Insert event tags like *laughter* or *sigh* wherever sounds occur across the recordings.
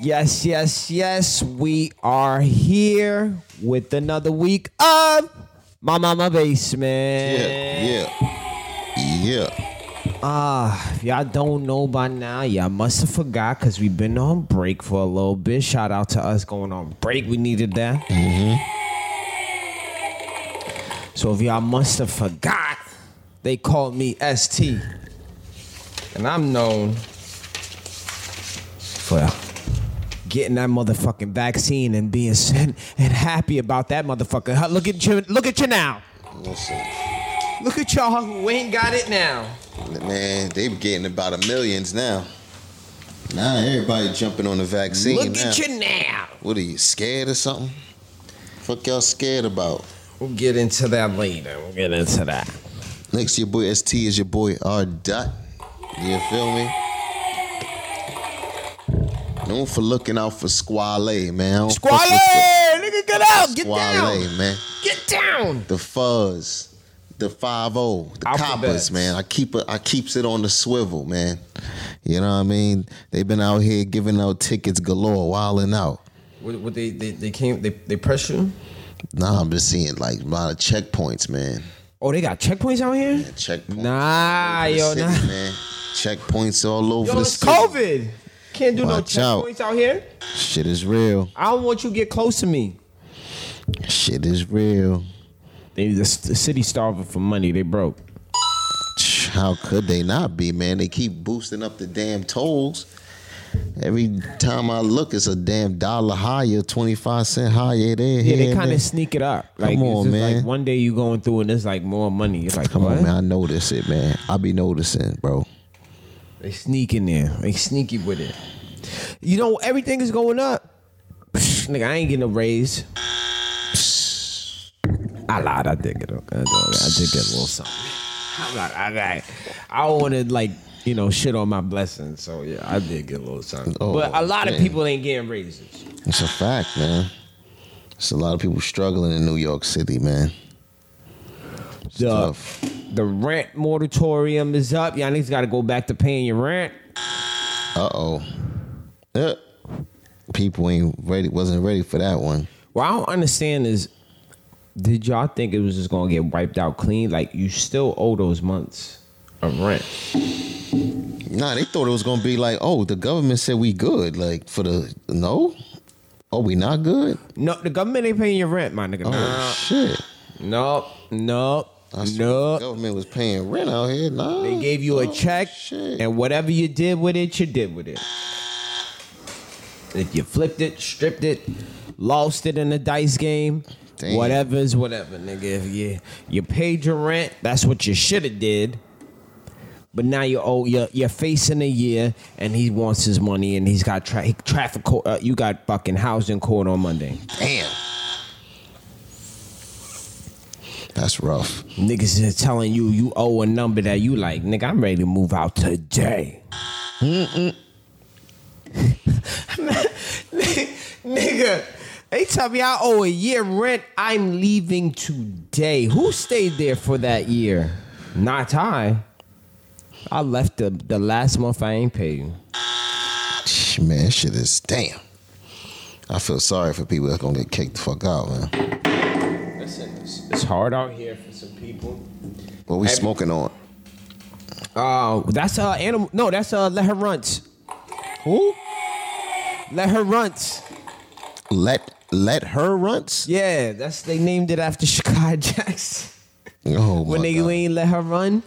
Yes, yes, yes. We are here with another week of My Mama Basement. Yeah, yeah, yeah. Ah, if y'all don't know by now, y'all must have forgot because we've been on break for a little bit. Shout out to us going on break. We needed that. Mm-hmm. So if y'all must have forgot, they called me ST. And I'm known for getting that motherfucking vaccine and being and, and happy about that motherfucker. Huh, Look at you, look at you now. Listen, Look at y'all who ain't got it now. man, they getting about a millions now. Now everybody jumping on the vaccine. Look now. at you now. What are you scared or something? Fuck y'all scared about? We'll get into that later. We'll get into that. Next, your boy ST is your boy R Dot. You feel me? Known for looking out for Squale, man. I don't fuck with Squale! Nigga, get out! Get down! Squale, man. Get down! the fuzz, the five O, the Alphabets. coppers, man. I keep it, I keeps it on the swivel, man. You know what I mean? They've been out here giving out tickets galore, wilding out. What, what they, they they came they they press you? Nah, I'm just seeing like a lot of checkpoints, man. Oh, they got checkpoints out here. Checkpoints. Nah, all over the yo, city, nah. man. Checkpoints all over Yo, the it's city. COVID. Can't do Watch no out. checkpoints out. here. Shit is real. I don't want you to get close to me. Shit is real. They the, the city starving for money. They broke. How could they not be, man? They keep boosting up the damn tolls. Every time I look, it's a damn dollar higher, twenty five cent higher. They Yeah, they kind of sneak it up. Like, Come it's on, just Like man. one day you going through and it's like more money. It's like Come what? on, man. I notice it, man. I be noticing, bro. They sneak in there. They sneaky with it. You know, everything is going up. Psh, nigga, I ain't getting a raise. Psh. I lied. I did get a, I did I did get a little something. I'm not, I, I, I don't want to, like, you know, shit on my blessings. So, yeah, I did get a little something. Oh, but a lot of man. people ain't getting raises. It's a fact, man. It's a lot of people struggling in New York City, man. It's The, tough. the rent moratorium is up. Y'all niggas got to go back to paying your rent. Uh oh. Uh, people ain't ready. Wasn't ready for that one. What I don't understand is, did y'all think it was just gonna get wiped out clean? Like you still owe those months of rent. Nah, they thought it was gonna be like, oh, the government said we good, like for the no. Oh, we not good. No, the government ain't paying your rent, my nigga. Oh shit. No, no, I swear the no. government was paying rent out here. Nah. They gave you a Oh, check, Shit. and whatever you did with it, you did with it. If you flipped it, stripped it, lost it in the dice game, Damn. whatever is whatever, nigga. If you you paid your rent, that's what you should have did. But now you're old, you're, you're facing a year, and he wants his money, and he's got tra- traffic. Court, uh, you got fucking housing court on Monday. Damn. That's rough. Niggas is telling you you owe a number that you like, nigga, I'm ready to move out today. *laughs* nigga, they tell me I owe a year rent. I'm leaving today. Who stayed there for that year? Not I. I left the, the last month I ain't paid you. Shh, Man, shit is damn. I feel sorry for people that's gonna get kicked the fuck out, man. Listen, it's, it's hard out here for some people. What we Every- smoking on? Uh, that's uh animal. No, that's uh let her runt. Who? Let her runt. Let let her runs. Yeah, that's they named it after *laughs* Chicago Jackson. Oh my when they God. ain't let her run,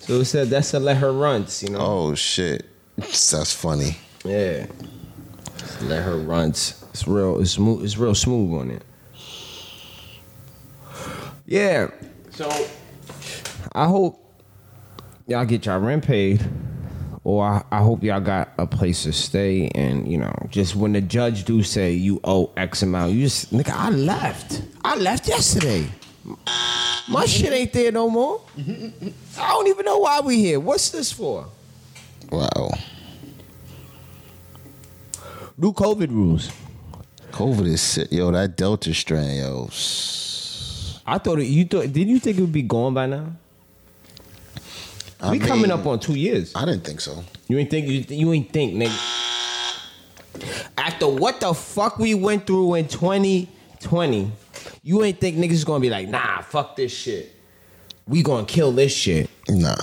so it said that's a let her run. You know. Oh shit. That's funny. Yeah. Just let her run. It's real. It's smooth. It's real smooth on it. Yeah. So I hope y'all get y'all rent paid, or I, I hope y'all got a place to stay, and you know, just when the judge do say you owe X amount, you just nigga, I left. I left yesterday. My shit ain't there no more. I don't even know why we here. What's this for? Wow. New COVID rules. COVID is sick. Yo, that Delta strain, yo. I thought it, you thought. Didn't you think it would be gone by now? I we coming mean, up on two years. I didn't think so. You ain't think you, you ain't think, nigga. after what the fuck we went through in 2020, you ain't think niggas is gonna be like, nah, fuck this shit. We gonna kill this shit. Nah.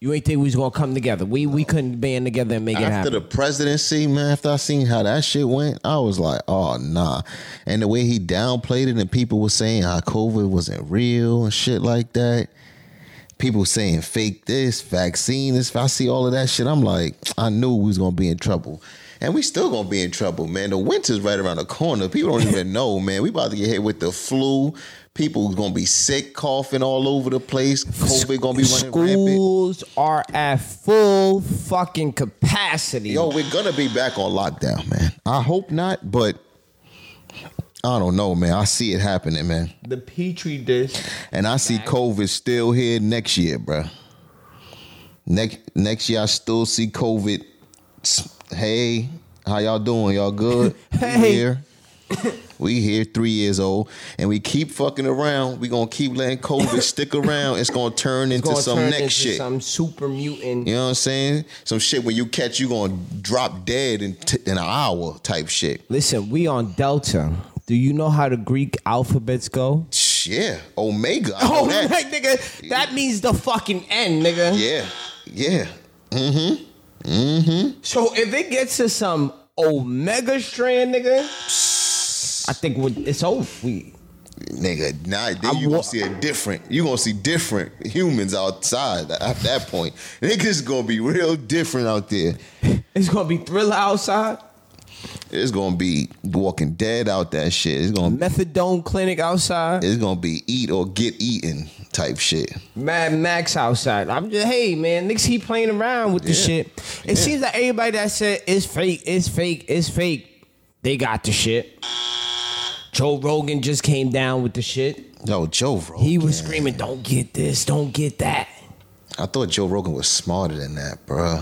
You ain't think we was gonna come together. We we couldn't band together and make it After happen. the presidency, man, after I seen how that shit went, I was like, oh nah. And the way he downplayed it and people were saying how COVID wasn't real and shit like that. People saying fake this, vaccine this. I see all of that shit. I'm like, I knew we was gonna be in trouble. And we still gonna be in trouble, man. The winter's right around the corner. People don't even know, man. We about to get hit with the flu. People gonna be sick, coughing all over the place. COVID gonna be running rampant. Schools are at full fucking capacity. Yo, we're gonna be back on lockdown, man. I hope not, but I don't know, man. I see it happening, man. the petri dish. And I see COVID still here next year, bruh. Next next year, I still see COVID. Hey, how y'all doing? *laughs* Y'all good? We Hey. here. We here, three years old, and we keep fucking around. We gonna keep letting COVID stick around. It's gonna turn into gonna some turn next into shit. Some super mutant. You know what I'm saying? Some shit when you catch, you gonna drop dead in, t- in an hour type shit. Listen, we on Delta. Do you know how the Greek alphabets go? Shh, Yeah, Omega. I know Oh, that. like, nigga, that means the fucking end, nigga. Yeah, yeah. So if it gets to some omega strand, nigga, I think we- it's over. We, Nigga, now then I'm you gonna wa- see a different. You gonna see different humans outside at that point. Niggas gonna be real different out there. it's gonna be thriller outside, It's gonna be Walking Dead out that shit. It's gonna methadone clinic outside, it's gonna be eat or get eaten type shit. Mad Max outside. I'm just hey man, niggas keep playing around with this Yeah. shit. It seems like everybody that said it's fake, it's fake, it's fake, they got the shit. Joe Rogan just came down with the shit. Yo, Joe Rogan. He was screaming, "Don't get this, don't get that." I thought Joe Rogan was smarter than that, bro.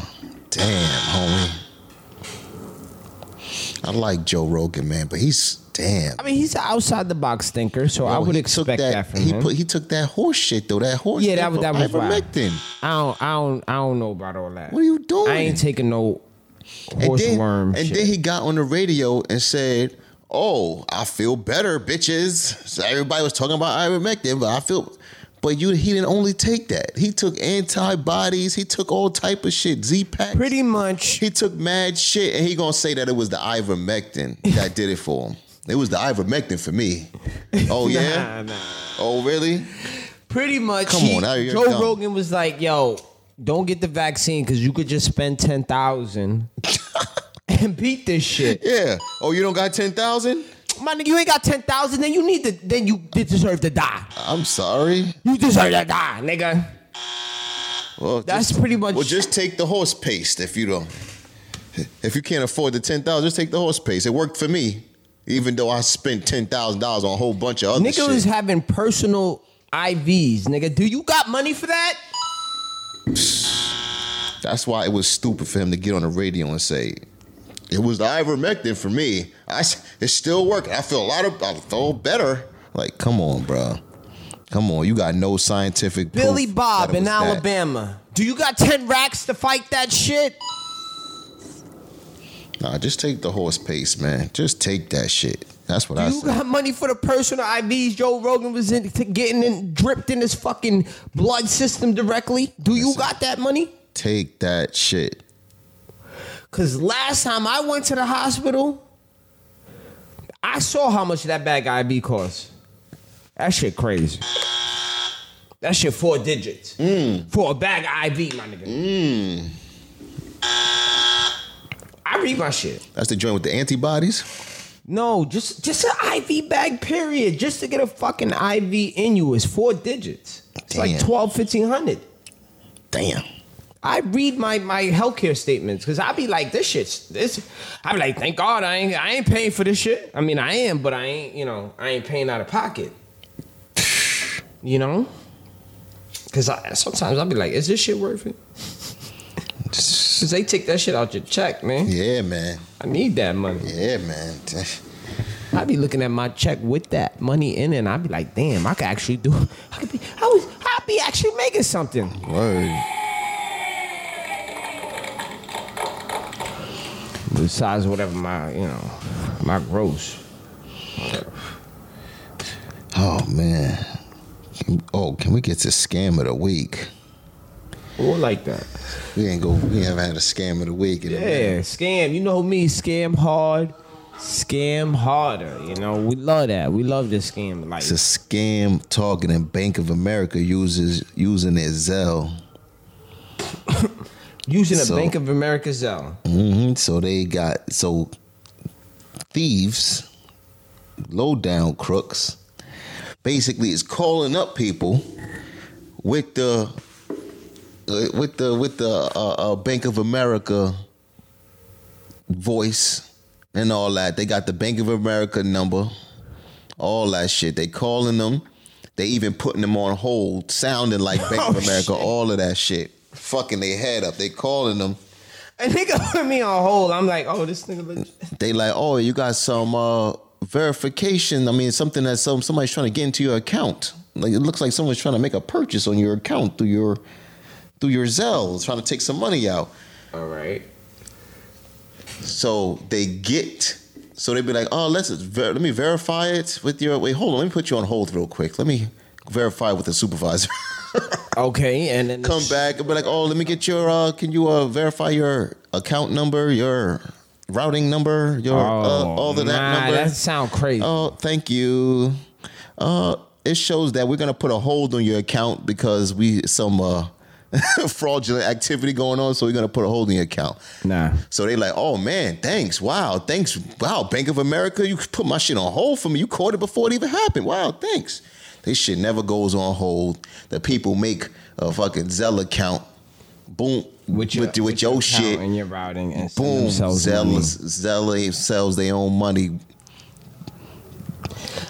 Damn, homie. I like Joe Rogan, man, but he's damn. I mean, he's an outside the box thinker, so I Yo, would he took expect that, from he him. Put, he took that horse shit though. That horse. Yeah, that was- that was wild. ivermectin. I don't, I don't, I don't know about all that. What are you doing? I ain't taking no And horse then, worm and shit. then he got on the radio and said, "Oh, I feel better, bitches." So everybody was talking about ivermectin, but I feel. But you, he didn't only take that. He took antibodies. He took all type of shit. Z pack. Pretty much, He took mad shit, and he gonna say that it was the ivermectin that did it for him. It was the ivermectin *laughs* for me. Oh yeah. nah, nah. Oh really? Pretty much, Come he- on, now you're Joe dumb. Rogan was like, "Yo, don't get the vaccine because you could just spend ten *laughs* thousand and beat this shit." Yeah. Oh, you don't got ten thousand? My nigga, you ain't got ten thousand, then you need to, then you deserve to die. I'm sorry. You deserve to die, nigga. Well, That's just, pretty much. well, just take the horse paste if you don't. If you can't afford the ten thousand, just take the horse paste. It worked for me, even though I spent ten thousand dollars on a whole bunch of other Nigga was shit. having personal IVs, nigga. Do you got money for that? That's why it was stupid for him to get on the radio and say. It was the ivermectin for me. I s- it still worked. I feel a lot of I feel better. Like, come on, bro. Come on, you got no scientific. proof Billy that Bob it in was that. Alabama. Do you got 10 racks to fight that shit? Nah, just take the horse paste, man. Just take that shit. That's what I Do you said. got money for the personal IVs Joe Rogan was in, to getting in, dripped in his fucking blood system directly? Do you got that money? take that shit. Because last time I went to the hospital, I saw how much that bag IV cost. That shit crazy. That shit four digits. For a bag of IV, my nigga. I read my shit. That's the joint with the antibodies. No, just just an IV bag, period. Just to get a fucking IV in you is four digits. It's like Damn. 12, 1500. Damn. I read my my healthcare statements because I be like, this shit's this. I be like, thank God I ain't I ain't paying for this shit. I mean, I am, but I ain't you know I ain't paying out of pocket. You know, because I sometimes I'll be like, is this shit worth it? *laughs* Cause they take that shit out your check, man. Yeah, man. I need that money. Yeah, man. *laughs* I be looking at my check with that money in, it, and I be like, damn, I could actually do. I could be. I was. I be actually making something. Word. besides whatever my you know my gross. Oh man. Oh, can we get to scam of the week? Or like that. We ain't go. We haven't had a scam of the week. In a minute. Yeah, scam. You know me, scam hard, scam harder. You know we love that. We love this scam like It's a scam targeting Bank of America uses using their Zelle. using a so- Bank of America Zelle. hmm So they got so thieves, low down crooks, basically is calling up people with the uh, with the with the uh, uh, Bank of America voice and all that. They got the Bank of America number, all that shit. They calling them. They even putting them on hold, sounding like Bank Oh, of America. All of that shit, fucking their head up. They calling them. A nigga put me on hold. I'm like, oh, this nigga. Look, they like, oh, you got some uh, verification. I mean, something that some somebody's trying to get into your account. Like it looks like someone's trying to make a purchase on your account through your through your Zelle, trying to take some money out. all right. So they get. So they'd be like, oh, let's ver- let me verify it with your. Wait, hold on. Let me put you on hold real quick. Let me verify with the supervisor. *laughs* Okay, and then Come back and be like, oh, let me get your. Uh, can you uh, verify your account number, your routing number, your Oh, uh, all of that nah, number? That sound crazy. Oh, thank you. Uh, it shows that we're gonna put a hold on your account because we some uh, *laughs* fraudulent activity going on, so we're gonna put a hold on your account. Nah. So they like, oh man, thanks, wow, thanks, wow, Bank of America, you put my shit on hold for me. You caught it before it even happened. Wow, thanks. This shit never goes on hold. The people make a fucking Zelle account, boom, with your, with, your, account shit, and your routing and send boom, themselves money. Zelle, Zelle sells their own money,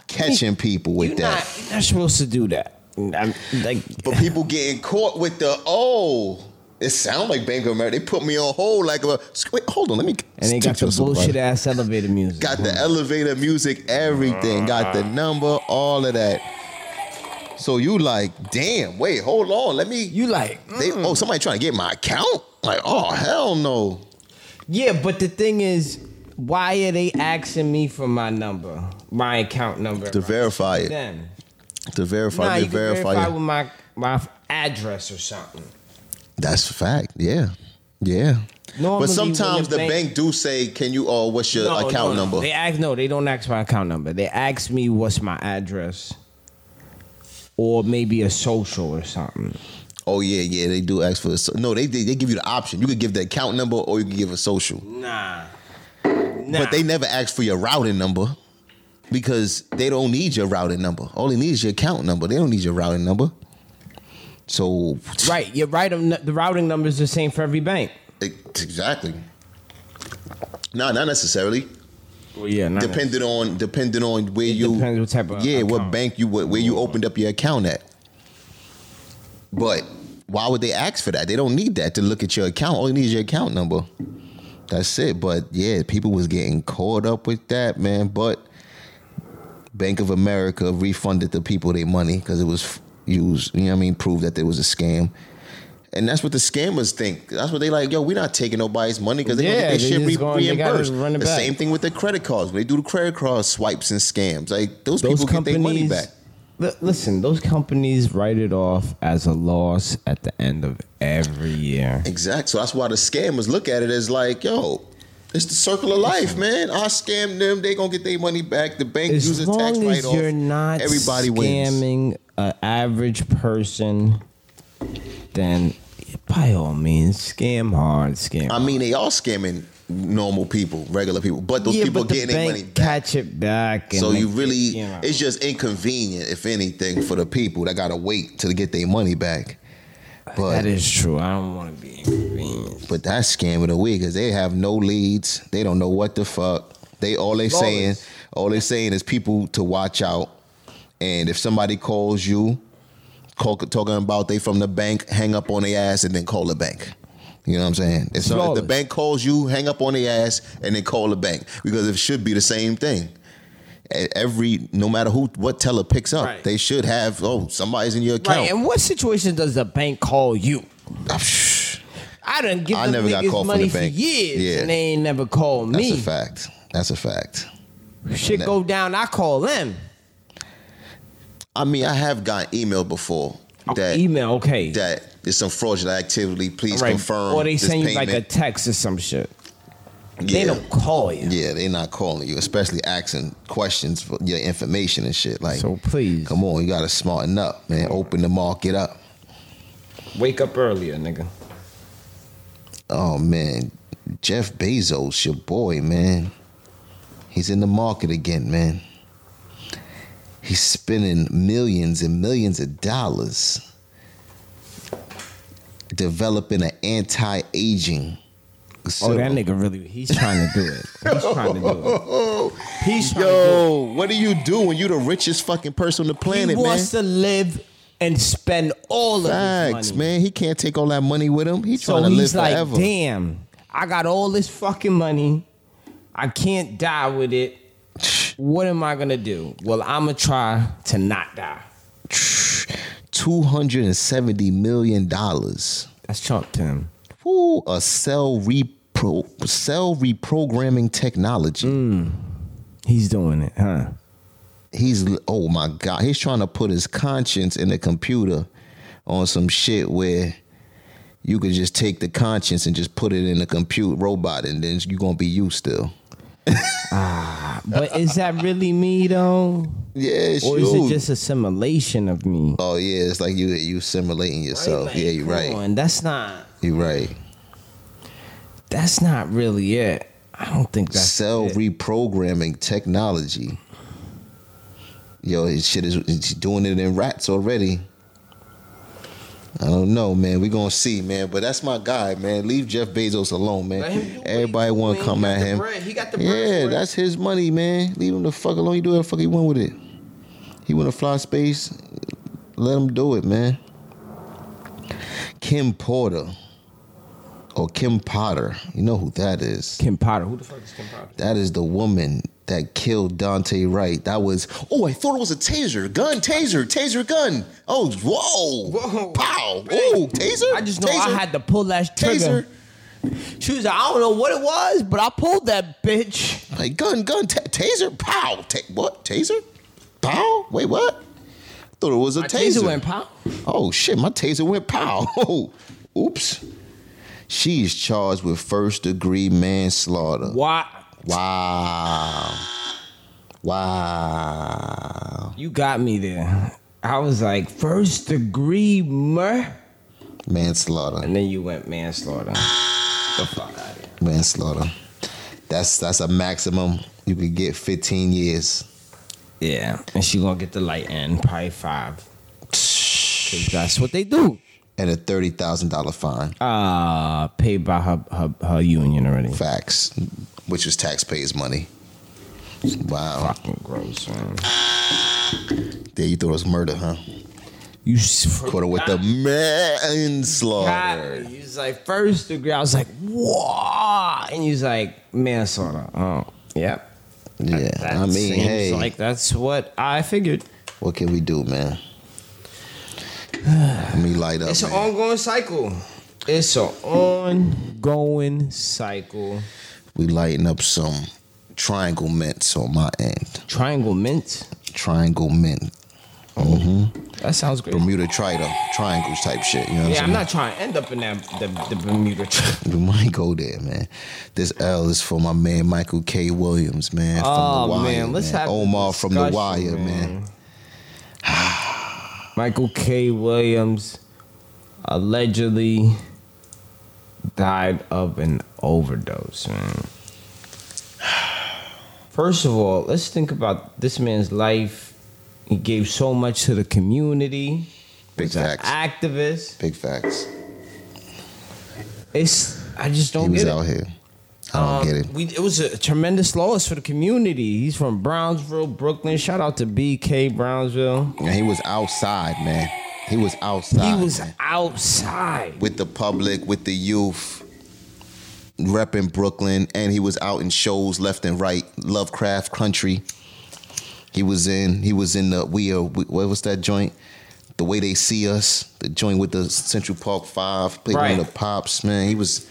catching people with You're that. not, you're not supposed to do that. I'm, like, But people getting caught with the oh, it sounds like Bank of America. They put me on hold like a wait, hold on, let me. and they got speak to the a supervisor. bullshit ass elevator music. Got the elevator music, everything. Got the number, all of that. So you like, damn, wait, hold on, let me. you like, mm, They, oh, somebody trying to get my account? Like, oh hell no. yeah, but the thing is, why are they asking me for my number, my account number? To verify it, Then, to verify, nah, they you can verify, verify it. with my my address or something. That's a fact. Yeah, yeah. Normally, but sometimes when the the bank, bank- do say, "Can you? Oh, what's your No, account no, no. number?" They ask no, they don't ask my account number. They ask me what's my address, or maybe a social or something. Oh yeah, yeah, they do ask for the so- no. They, they they give you the option. You could give the account number or you could give a social. Nah, But they never ask for your routing number because they don't need your routing number. All they need is your account number. They don't need your routing number. So right. You're right. I'm not- The routing number is the same for every bank. exactly. No, not necessarily. Well, yeah, not Depending on depending on where you depends what type of yeah what account. Mm-hmm. bank you what, where you opened up your account at. But why would they ask for that? They don't need that to look at your account. All you need is your account number. That's it. But yeah, people was getting caught up with that man. But Bank of America refunded the people their money because it was used. You know what I mean? Proved that there was a scam. And that's what the scammers think. That's what they like. Yo, we're not taking nobody's money because they Yeah, yeah, they get their shit just re- going- they gotta reimbursed. run it The back. same thing with the credit cards. When they do the credit card swipes and scams, like those, those people get companies their money back. Li- Listen, those companies write it off as a loss at the end of every year. Exact. So that's why the scammers look at it as like, yo, it's the circle of life, man. I scam them, they gonna get their money back. The bank As uses tax long write as off. you're not Everybody wins. scamming an average person, then by all means, scam hard, scam. I mean, they are scamming normal people, regular people, but those yeah, people but the getting their money bank back. catch it back. And So you like, really, know. it's just inconvenient, if anything, for the people that gotta wait to get their money back. that But is true. I don't want to be inconvenienced. but that scam of the week is they have no leads. They don't know what the fuck. They all they saying, Always. all they saying is people to watch out. And if somebody calls you, call, talking about they from the bank, hang up on their ass and then call the bank. You know what I'm saying? It's not, if Flawless. the bank calls you, hang up on their ass and then call the bank because it should be the same thing. E- Every no matter who what teller picks up, Right. they should have oh somebody's in your account. Right. And what situation does the bank call you? I done give I them never got niggas called from money the for bank. years, Yeah. and they ain't never called That's me. a fact. That's a fact. Shit go down, I call them. I mean, I have gotten email before that Oh, Email, okay. that there's some fraudulent activity. Please Right. confirm. Or they this send you payment. like a text or some shit. Yeah. They don't call you. Yeah, they're not calling you, especially asking questions for your information and shit. Like, So please, come on, you gotta smarten up, man. Open the market up. wake up earlier, nigga. Oh man, Jeff Bezos, your boy, man. He's in the market again, man. He's spending millions and millions of dollars developing an anti-aging. Oh, that serum. nigga really, he's trying to do it. He's trying to do it. *laughs* He's trying to do it. Yo, what do you do when you the richest fucking person on the planet, he man? wants to live and spend all of Facts, his money. man. He can't take all that money with him. He's So trying to live he's like, forever. damn, I got all this fucking money. I can't die with it. What am I gonna do? Well, I'ma try to not die. Two hundred and seventy million dollars. That's Trump to him. Woo, a cell repro cell reprogramming technology. Mm. He's doing it, huh? He's oh my god, he's trying to put his conscience in the computer on some shit where you could just take the conscience and just put it in the compute robot and then you're gonna be you still. But is that really me though? Yeah, it's Or you. is it just a simulation of me? oh yeah, it's like you you simulating yourself. Like, yeah, you're come right. on, that's not You're right. that's not really it. I don't think that's cell it. reprogramming technology. Yo, his shit is it's doing it in rats already. I don't know, man. We gonna see, man. But that's my guy, man. Leave Jeff Bezos alone, Let him do man. what Everybody he do, wanna man. come He got at the him. bread. He got the bread Yeah, for it. that's his money, man. Leave him the fuck alone. He do whatever the fuck he want with it. He wanna fly space. Let him do it, man. Kim Porter. Or Kim Potter. You know who that is. Kim Potter. Who the fuck is Kim Potter? That is the woman that killed Dante Wright. That was oh, I thought it was a taser gun, taser, taser gun. Oh, whoa, Whoa. pow, oh, taser. I just know taser, I had to pull that taser. trigger. She was like, I don't know what it was, but I pulled that bitch. Like gun, gun, ta- taser, pow. Ta- what taser? Pow. Wait, what? Thought it was a My taser. taser went pow. Oh shit, my taser went pow. *laughs* Oh, oops. She is charged with first degree manslaughter. Why? Wow. Wow. You got me there. I was like, first degree murder. manslaughter And then you went manslaughter. The fuck out of here. manslaughter that's that's a maximum you could get 15 years Yeah. And she gonna get the light end, probably five. 'Cause that's what they do. and a $30000 fine Uh paid by her her, her union already. facts which was taxpayers money wow Fucking gross, man. there you thought it was murder huh You s- caught her with the got manslaughter me. He was like first degree. I was like, whoa, and he's like manslaughter. Oh, yep. yeah i mean seems hey like that's what I figured. what can we do man let me light up It's an man. ongoing cycle. It's an ongoing cycle. we lighting up some triangle mints on my end Triangle mint. triangle mint Mm-hmm. That sounds great. bermuda trito triangles type shit you know what Yeah, i'm saying I'm not trying to end up in that the, the Bermuda. Tri- We might go there, man. This L is for my man Michael K. Williams, man. From Oh, the wire, man, let's have a Omar from the discussion, Wire, man. man. *sighs* Michael K. Williams allegedly died of an overdose, man. *sighs* First of all, let's think about this man's life. He gave so much to the community. Big was an facts. activist. Big facts. It's I just don't He was get it. out here. I don't Um, get it. We, it was a tremendous loss for the community. He's from Brownsville, Brooklyn. Shout out to BK Brownsville. And he was outside, man. He was outside. Um, he was man. outside. with the public, with the youth, repping Brooklyn, and he was out in shows left and right. Lovecraft Country. He was in. He was in the. We are. What was that joint? the way they see us, the joint with the Central Park Five, played Right. one of the pops, man. He was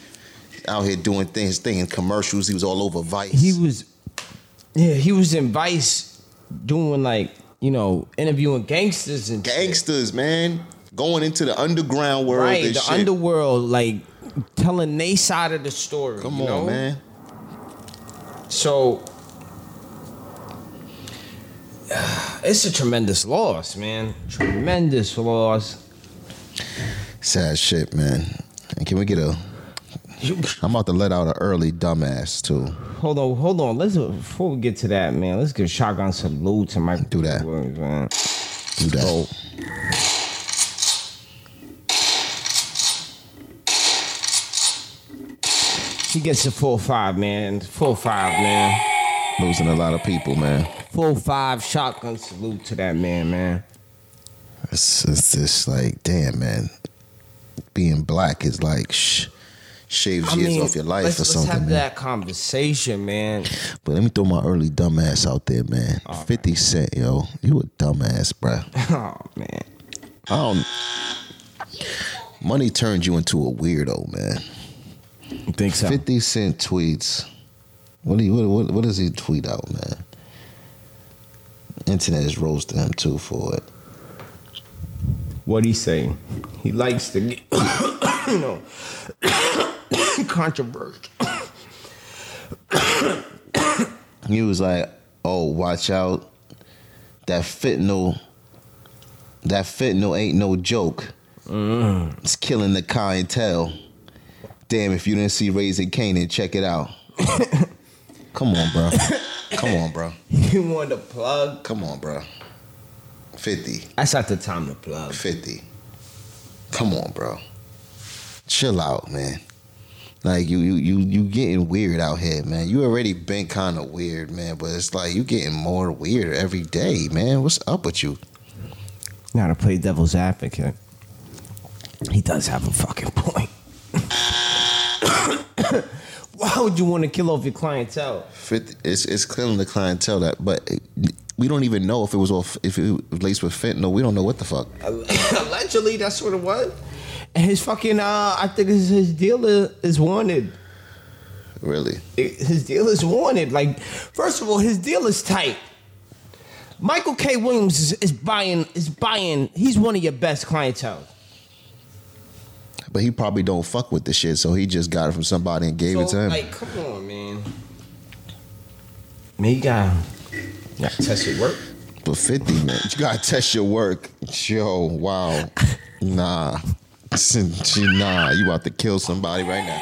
out here doing things, thing in commercials. He was all over Vice. he was yeah he was in vice doing like you know interviewing gangsters and shit. gangsters, man, going into the underground world. right and the shit. underworld like telling they side of the story Come you on, know? man. so *sighs* it's a tremendous loss man tremendous loss Sad shit, man. And can we get a? You- I'm about to let out an early dumbass too. hold on hold on let's before we get to that man let's give shotgun salute to my Do that. Williams, man. Do that. Oh. he gets a full five man full five man Losing a lot of people, man. full five shotgun salute to that man, man. It's, it's just like, damn, man. Being black is like sh- shaves years off your life let's, or let's something. have man. that conversation, man. *laughs* But let me throw my early dumbass out there, man. 50 Cent, yo. You a dumbass, bruh. Oh man, I don't. Money turned you into a weirdo, man. you think so? 50 Cent tweets. What do you what, what what does he tweet out, man? Internet is roasting him too for it. What he say? He likes to get, *coughs* you know, *coughs* controversial. He was like, "Oh, watch out! That fentanyl, that fentanyl ain't no joke. It's killing the clientele. Damn, if you didn't see Raising Canaan, check it out. Come on, bro. Come on, bro. *laughs* He wanted to plug. Come on, bro. Fifty. That's not the time to plug. 50. Come on, bro. Chill out, man. Like you you you you getting weird out here, man. You already been kind of weird, man, but it's like you getting more weird every day, man. What's up with you? Now to play devil's advocate, he does have a fucking point. *coughs* Why would you want to kill off your clientele? *coughs* 50, it's it's clearly the clientele that but we don't even know if it was all if it relates with fentanyl. We don't know what the fuck. allegedly that's what it was and his fucking uh i think his, his dealer is wanted Really. his deal is wanted like first of all his deal is tight michael k williams is, is buying is buying he's one of your best clientele But he probably don't fuck with the shit, so he just got it from somebody and gave it to so, him. like come on man man you gotta, you gotta test your work But 50, man. You gotta test your work. Yo, wow. Nah. nah, you about to kill somebody right *laughs* now.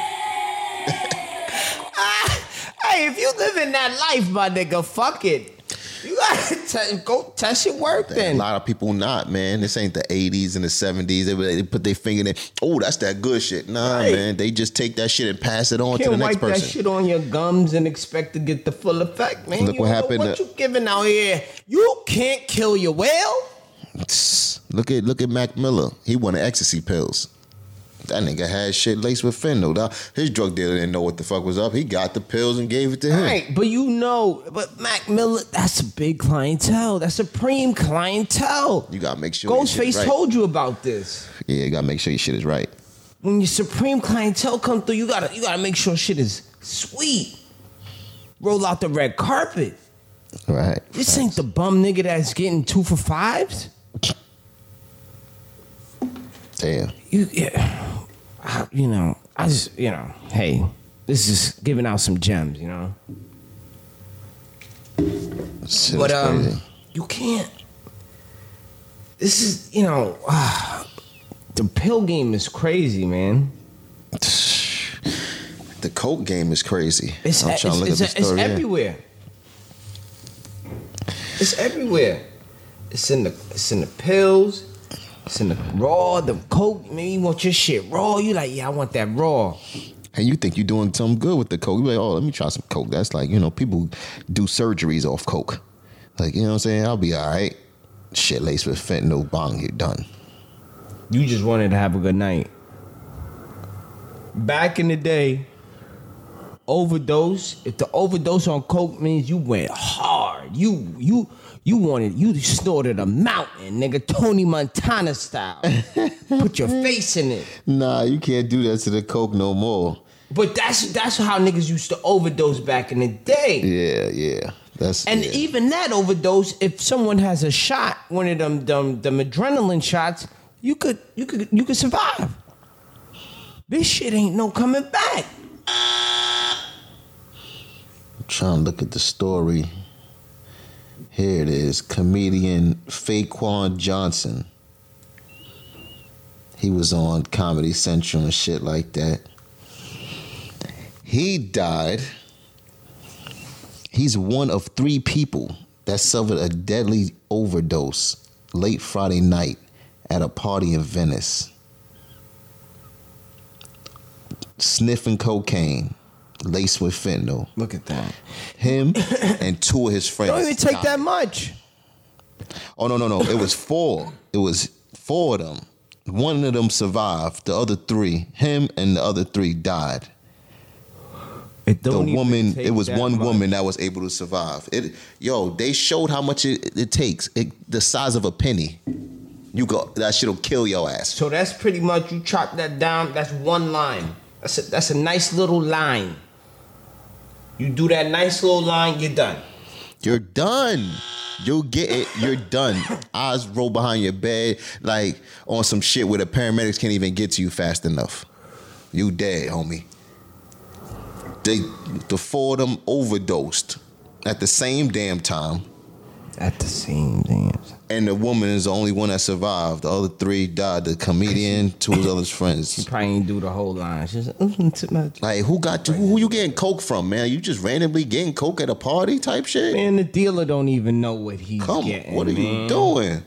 hey if you live in that life my nigga fuck it you gotta *laughs* te- go test your work A then lot of people not, man. This ain't the 80s and the 70s. They, they put their finger in. Oh, that's that good shit. Nah, Right. man. They just take that shit and pass it on to Can't the next wipe person. that shit on your gums and expect to get the full effect, man. Look You what don't know happened What to- you giving out here? You can't kill your whale. Tss, Look at look at Mac Miller. He wanted ecstasy pills. That nigga had shit laced with fentanyl. dawg. His drug dealer didn't know what the fuck was up. He got the pills and gave it to him. Right, but you know, but Mac Miller, that's a big clientele. That's supreme clientele. You gotta make sure your shit Ghostface right. told you about this. Yeah, you gotta make sure your shit is right. When your supreme clientele come through, you gotta you gotta make sure shit is sweet. Roll out the red carpet. Right. This ain't the bum nigga that's getting two for fives. Damn. you yeah, I- you know i just you know hey this is giving out some gems you know Shit but is um crazy. *sighs* you can't this is you know ah, the pill game is crazy man the coke game is crazy. it's I'm it's, trying to look it's, at it's the story. here. everywhere it's everywhere it's in the it's in the pills it's in the raw the coke man you want your shit raw you like yeah i want that raw And you think you're doing something good with the coke? You like, oh, let me try some coke. That's like you know, people do surgeries off coke. Like you know what I'm saying? I'll be all right. Shit laced with fentanyl, bong, you're done. You just wanted to have a good night. Back in the day, overdose, if the overdose on coke means you went hard, hard. You you you wanted you snorted a mountain, nigga, Tony Montana *laughs* style. Put your face in it. Nah, you can't do that to the coke no more. But that's that's how niggas used to overdose back in the day. Yeah, yeah. That's And yeah. even that overdose, if someone has a shot, one of them them them adrenaline shots, you could you could you could survive. This shit ain't no coming back. I'm trying to look at the story. Here it is. Comedian Faquan Johnson. He was on Comedy Central and shit like that. He died. He's one of three people that suffered a deadly overdose late Friday night at a party in Venice. Sniffing cocaine laced with fentanyl Look at that. him and two of his friends. Don't even take that much. Oh no no no! It was four. It was four of them. One of them survived. The other three, him and the other three, died. It The don't even woman, take it was that one much. woman that was able to survive. It, yo, they showed how much it, it takes. It, the size of a penny. You go. That shit'll kill your ass. So that's pretty much you chop that down. That's one line. That's a, that's a nice little line. You do that nice little line, you're done. You're done. You'll get it. You're done. Eyes roll behind your bed, like on some shit where the paramedics can't even get to you fast enough. You dead, homie. They, the four of them overdosed at the same damn time, At the same damn. and the woman is the only one that survived. The other three died. The comedian, two of his other friends. Probably ain't do the whole line. She's like, "Mm, too much. Like who got to, who, who you getting coke from, man? You just randomly getting coke at a party type shit? Man, the dealer don't even know what he's Come, getting. what are man. you doing?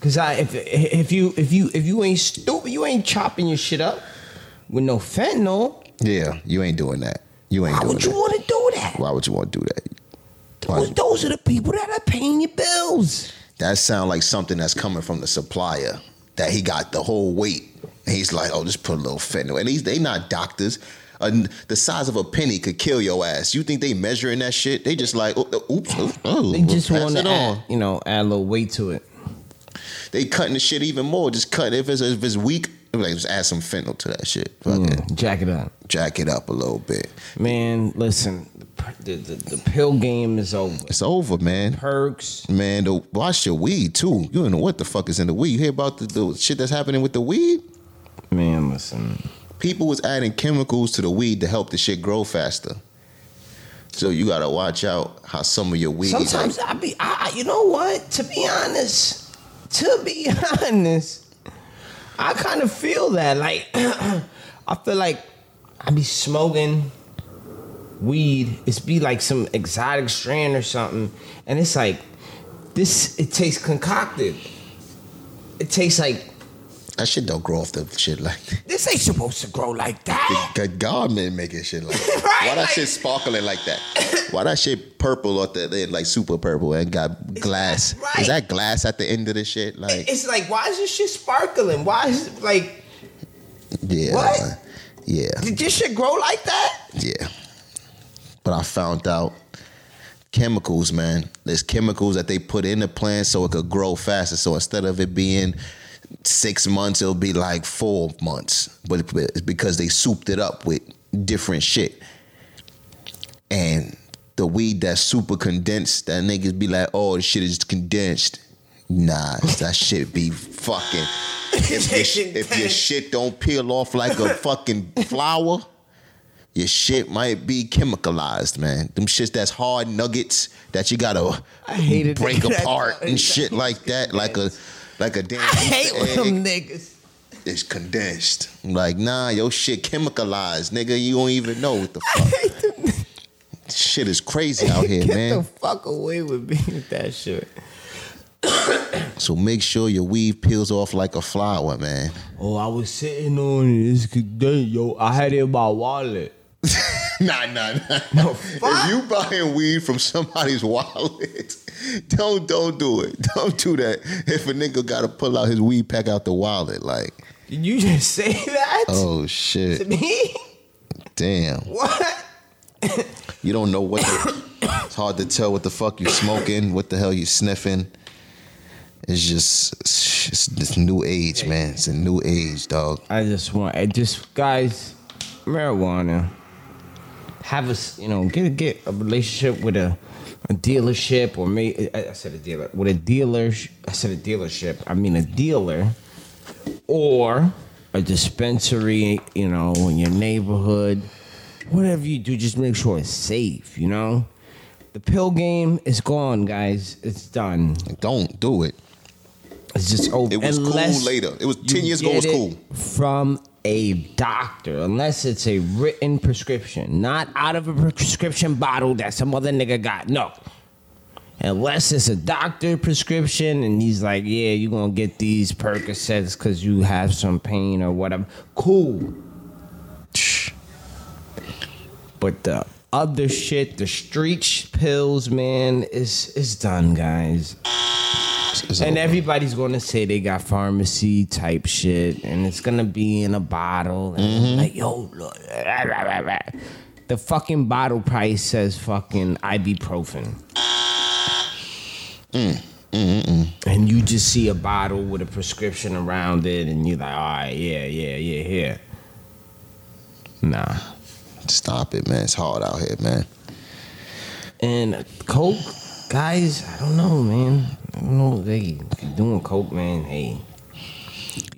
Cause I, if if you if you if you ain't stupid, you ain't chopping your shit up with no fentanyl. Yeah, you ain't doing that. You ain't Why doing would you that. want to do that? Why would you want to do that? Those, Why- those are the people that are paying your bills. That sound like something that's coming from the supplier. That he got the whole weight. And he's like, oh, just put a little fentanyl. And he's they not doctors. Uh, the size of a penny could kill your ass. You think they measuring that shit? They just like, oh, oh, oops, oh, oh, They just pass want it to, on. add, you know, add a little weight to it. They cutting the shit even more. Just cutting if it's if it's weak. Like just add some fentanyl to that shit. Fuck it. Mm, jack it up. Jack it up a little bit. Man, listen, the, pr- the, the, the pill game is over. It's over, man. Perks. Man, the, watch your weed too. You don't know what the fuck is in the weed. You hear about the, the shit that's happening with the weed? Man, listen. People was adding chemicals to the weed to help the shit grow faster. So you gotta watch out how some of your weed. Sometimes I be, I, I- you know what? To be honest, to be *laughs* honest, I kind of feel that. Like, *clears throat* I feel like I be smoking weed. It's be like some exotic strand or something, and it's like this. It tastes concocted. It tastes like that shit don't grow off the shit like *laughs* that. this ain't supposed to grow like that. The God man making shit like that. *laughs* Right, Why that like- shit sparkling like that? Why that shit purple or the they like super purple and got glass? right. Is that glass at the end of the shit? Like It's like why is this shit sparkling? Why is like yeah, What? yeah, did this shit grow like that? yeah. But I found out chemicals, man. There's chemicals that they put in the plant so it could grow faster. So instead of it being six months, it'll be like four months. But it's because they souped it up with different shit. And the weed that's super condensed, that niggas be like, oh, this shit is condensed. Nah, that shit be fucking. If *laughs* your, sh- if your shit don't peel off like a fucking flower, your shit might be chemicalized, man. Them shits that's hard nuggets that you gotta I hated break that. apart and shit like that, like a like a damn. I hate when egg them niggas. It's condensed. Like nah, your shit chemicalized, nigga. You don't even know what the I fuck. hate them niggas. shit is *laughs* crazy out here, Get man. the fuck away with me with that shit. so make sure your weave peels off like a flower, man. Oh, I was sitting on it. It's condensed, yo. I had it in my wallet. *laughs* Nah, nah, nah. No, If fuck. you buying weed from somebody's *laughs* wallet, don't don't do it. *laughs* Don't do that. If a nigga gotta pull out his weed pack out the wallet, like, Did you just say that oh to shit, me? *laughs* damn, What? you don't know what. The, *coughs* It's hard to tell what the fuck you smoking, what the hell you sniffing. It's just it's just this new age, man. It's a new age, dog. I just want, I just guys, marijuana. Have a, s- you know, get a, get a relationship with a, a dealership or may I I said a dealer with a dealer. I said a dealership. I mean a dealer, or a dispensary. You know, in your neighborhood, whatever you do, just make sure it's safe. You know, the pill game is gone, guys. It's done. Don't do it. It's just over. It was cool unless later. It was- you 10 years ago, it was get cool. From a doctor, unless it's a written prescription, not out of a prescription bottle that some other nigga got. No. Unless it's a doctor prescription and he's like, yeah, you're going to get these Percocets because you have some pain or whatever. Cool. But the other shit, the street sh- pills, man, is is done, guys. It's- it's And over. everybody's gonna say they got pharmacy type shit, and it's gonna be in a bottle. And Like yo, look, rah, rah, rah, rah. the fucking bottle price says fucking ibuprofen. And you just see a bottle with a prescription around it, and you're like, all right, yeah, yeah, yeah, yeah. Nah. stop it, man. It's hard out here, man. And coke, guys, I don't know, man. I don't know. They doing coke, man. Hey.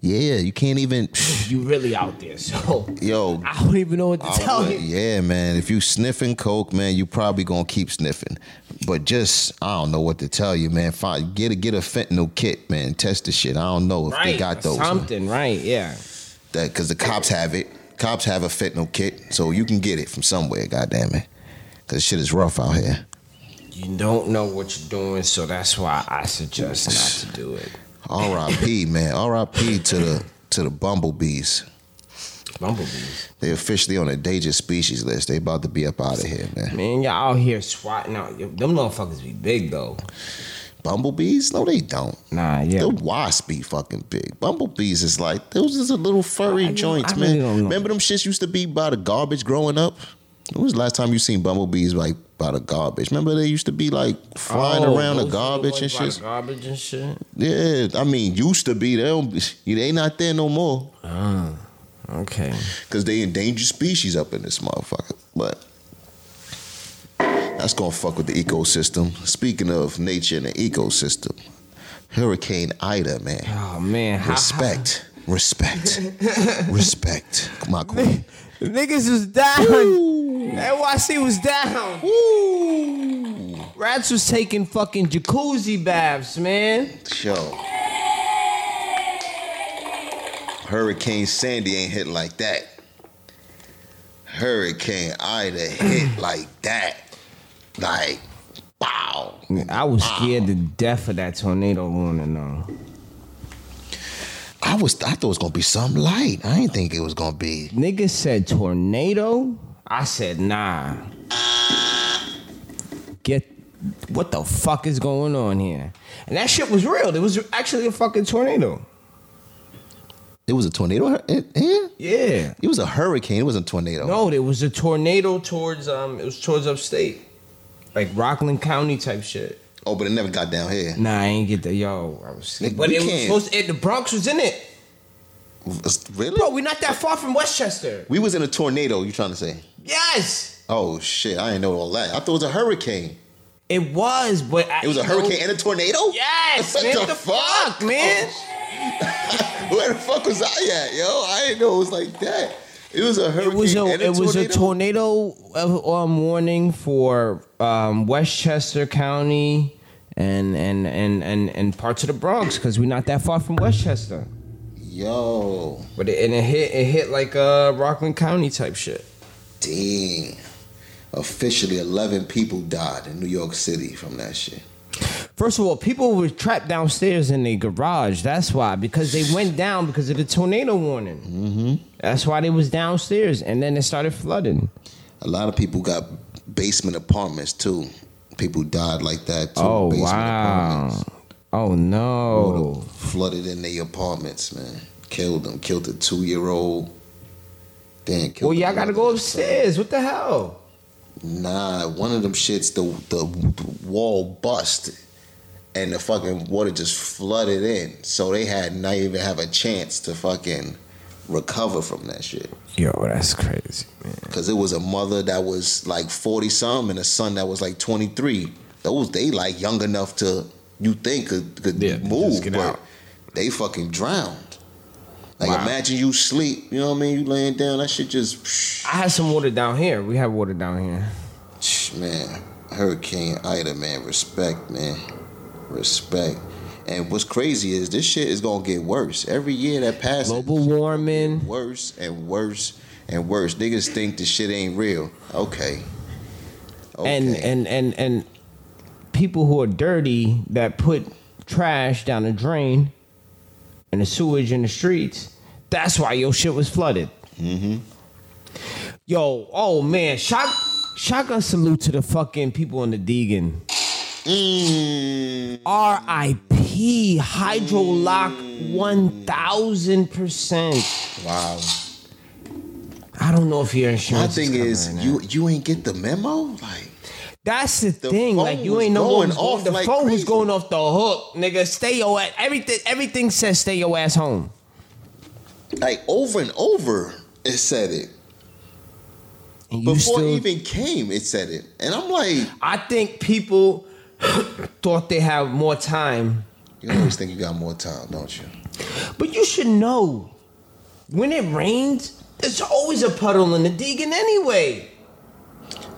Yeah, you can't even. *sniffs* you really out there. So Yo, *laughs* I don't even know what to *laughs* I tell would- you. Yeah, man. If you sniffing coke, man, you probably gonna keep sniffing. But just I don't know what to tell you, man. Fine, get a get a fentanyl kit, man. Test the shit. I don't know if Right, they got those. man. something, right? Yeah, That because the cops have it. Cops have a fentanyl kit, so you can get it from somewhere. Goddamn it, because shit is rough out here. you don't know what you're doing, so that's why I suggest not to do it. R.I.P. *laughs* man. R.I.P. to the to the bumblebees. Bumblebees, They officially on a danger species list. They about to be up out of here, man. man, y'all out here swatting out. Them motherfuckers be big though. Bumblebees? No, they don't. Nah, yeah. The wasp be fucking big. Bumblebees is like those is a little furry I don't- joints, I man. really don't know. Remember them shits used to be by the garbage growing up. When was the last time you seen bumblebees like by the garbage? Remember they used to be like flying Oh, around the those garbage and ones by the shit. Garbage and shit. Yeah, I mean used to be. They don't. *laughs* They ain't not there no more Ah, okay. because they endangered species up in this motherfucker. But that's gonna fuck with the ecosystem. Speaking of nature and the ecosystem, Hurricane Ida, man. Oh man, how- Respect. *laughs* Respect. respect. Come on, queen. Niggas was down. NYC was down. Rats was taking fucking jacuzzi baths, man. Yo. Hurricane Sandy ain't hit like that. Hurricane Ida *sighs* hit like that. Like, wow. I was scared to death of that tornado warning though. I was I thought it was gonna be something light. I didn't think it was gonna be. Niggas said tornado. I said nah. Get what the fuck is going on here? And that shit was real. There was actually a fucking tornado. It was a tornado. It, yeah. Yeah. It was a hurricane. It wasn't a tornado. No, there was a tornado towards um it was towards upstate. Like Rockland County type shit. Oh, but it never got down here. Nah, I ain't get that. Yo, I was scared. Nigga, But we it was can't. supposed to, it, the Bronx was in it. Really? Bro, we're not that far from Westchester. We was in a tornado, you trying to say. Yes. Oh shit, I didn't know all that. I thought it was a hurricane. It was, but I, It was a you hurricane know- and a tornado? Yes, man, what the fuck, man? Oh, Where the fuck was I at, yo? I didn't know it was like that. It was a hurricane It was a and a it was a tornado. tornado uh, um, warning for um, Westchester County and and and and and parts of the Bronx because we're not that far from Westchester. yo, But it, and it hit it hit like uh, Rockland County type shit. dang. Officially, 11 people died in New York City from that shit. First of all, people were trapped downstairs in their garage. That's why because they went down because of the tornado warning. Mm-hmm. That's why they was downstairs, and then it started flooding. A lot of people got basement apartments too. People died like that too. Oh basement wow! apartments. Oh Water no! flooded in their apartments, man. Killed them. Killed a two year old. Damn. Killed Well, the y'all gotta mother go and son. upstairs. What the hell? Nah, one of them shits, the the wall busted, and the fucking water just flooded in. So they had not even have a chance to fucking recover from that shit. Yo, that's crazy, man. Cause it was a mother that was like forty something and a son that was like twenty three. Those they like young enough to you think could, could Yeah, move, just get but out. they fucking drowned. Like Wow. imagine you sleep, you know what I mean? You laying down, that shit just psh, I had some water down here. We had water down here. psh, man. Hurricane Ida, man. Respect, man. Respect. And what's crazy is this shit is gonna get worse every year that passes. Global warming. worse and worse and worse. Niggas think the shit ain't real. Okay. okay. and and and and people who are dirty that put trash down the drain and the sewage in the streets. That's why your shit was flooded. Mm-hmm. Yo, oh man, shock, shotgun salute to the fucking people in the Deegan. Mm, R.I.P. Hydrolock one thousand percent. wow. I don't know if your My insurance. thing covering is, that. you you ain't get the memo. Like That's the, The thing. phone Like you was ain't know what going was going- off the like phone was crazy. going off the hook, nigga. Stay your ass. Everything. Everything says stay your ass home. like over and over, it said it And you before still. it even came. It said it, and I'm like, I think people *coughs* thought they had more time, you always think you got more time, don't you? but you should know when it rains. There's always a puddle in the Deegan anyway.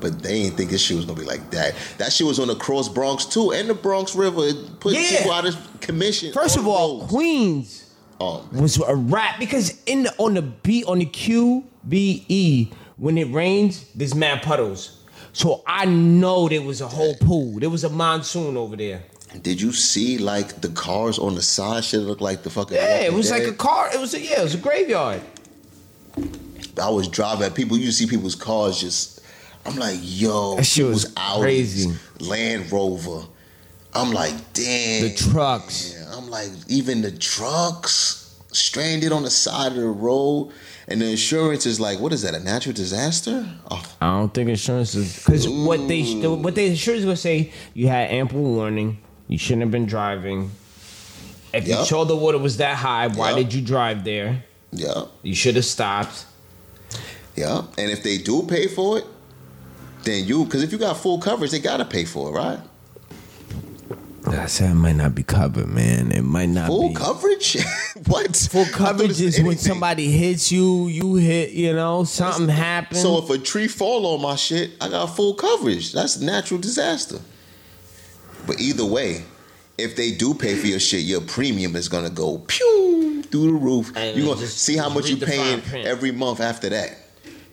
But they ain't think this shit was gonna be like that. That shit was on the Cross Bronx too, and the Bronx River It put Yeah. people out of commission. First on of the all, roads. Queens. oh man, was a rap because in the, on the B on the Q B E when it rains, there's mad puddles. So I know there was a whole pool. There was a monsoon over there. did you see like the cars on the side? Shit looked like the fucking Yeah, it Walking was like a Dead? car. It was a, yeah, it was a graveyard. I was driving. People, you see people's cars just. I'm like, yo, That shit was people's Audis, crazy. Land Rover. I'm like, damn. The trucks. I'm like, even the trucks stranded on the side of the road, and the insurance is like, what is that? A natural disaster? Oh, I don't think insurance is because what they what they insurance gonna say you had ample warning. You shouldn't have been driving. If you Yup. saw the water was that high, why Yup. did you drive there? yeah, You should have stopped. yeah. And if they do pay for it, then you, because if you got full coverage, they gotta pay for it, right? I said it might not be covered, man. It might not Full coverage? *laughs* what? Full I thought coverage it's is when anything. somebody hits you, you hit, you know, something happens. So if a tree fall on my shit, I got full coverage. That's natural disaster. But either way, if they do pay for your shit, your premium is gonna go pew through the roof. And You it gonna just- see how just much you read the fine paying print. every month after that.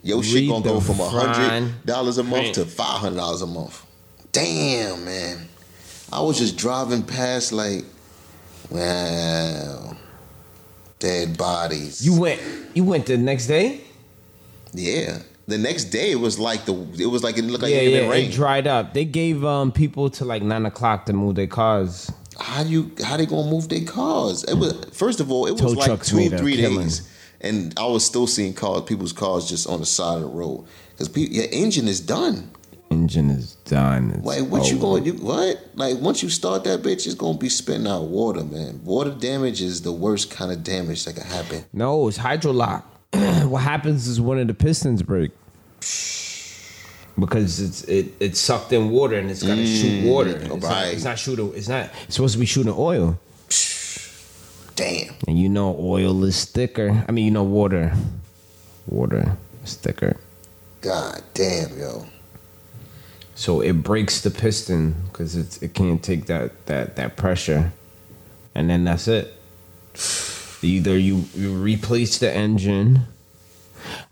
Your shit Read gonna go the from fine hundred dollars a month print. to five hundred dollars a month. Damn, man. I was just driving past like, wow, dead bodies. you went, you went the next day. Yeah. The next day it was like the it was like it looked like yeah, it yeah, had been it rained. dried up. They gave um people to like nine o'clock to move their cars. How do you how they gonna move their cars? It was first of all, it was Tow like trucks two, made a three killing. days. And I was still seeing cars, people's cars just on the side of the road. Because pe- your engine is done. Engine is done. It's Like what you over. going you what? Like once you start that bitch, it's gonna be spitting out water, man. Water damage is the worst kind of damage that can happen. No, it's hydrolock. *clears throat* what happens is one of the pistons break because it's it it's sucked in water and it's got to shoot water. It's, not, Mm, oh, right. it's not shooting. It's not it's supposed to be shooting oil. Damn. And you know oil is thicker. I mean, you know water. Water is thicker. God damn, yo. So it breaks the piston because it's it can't take that that that pressure. And then that's it. Either you, you replace the engine.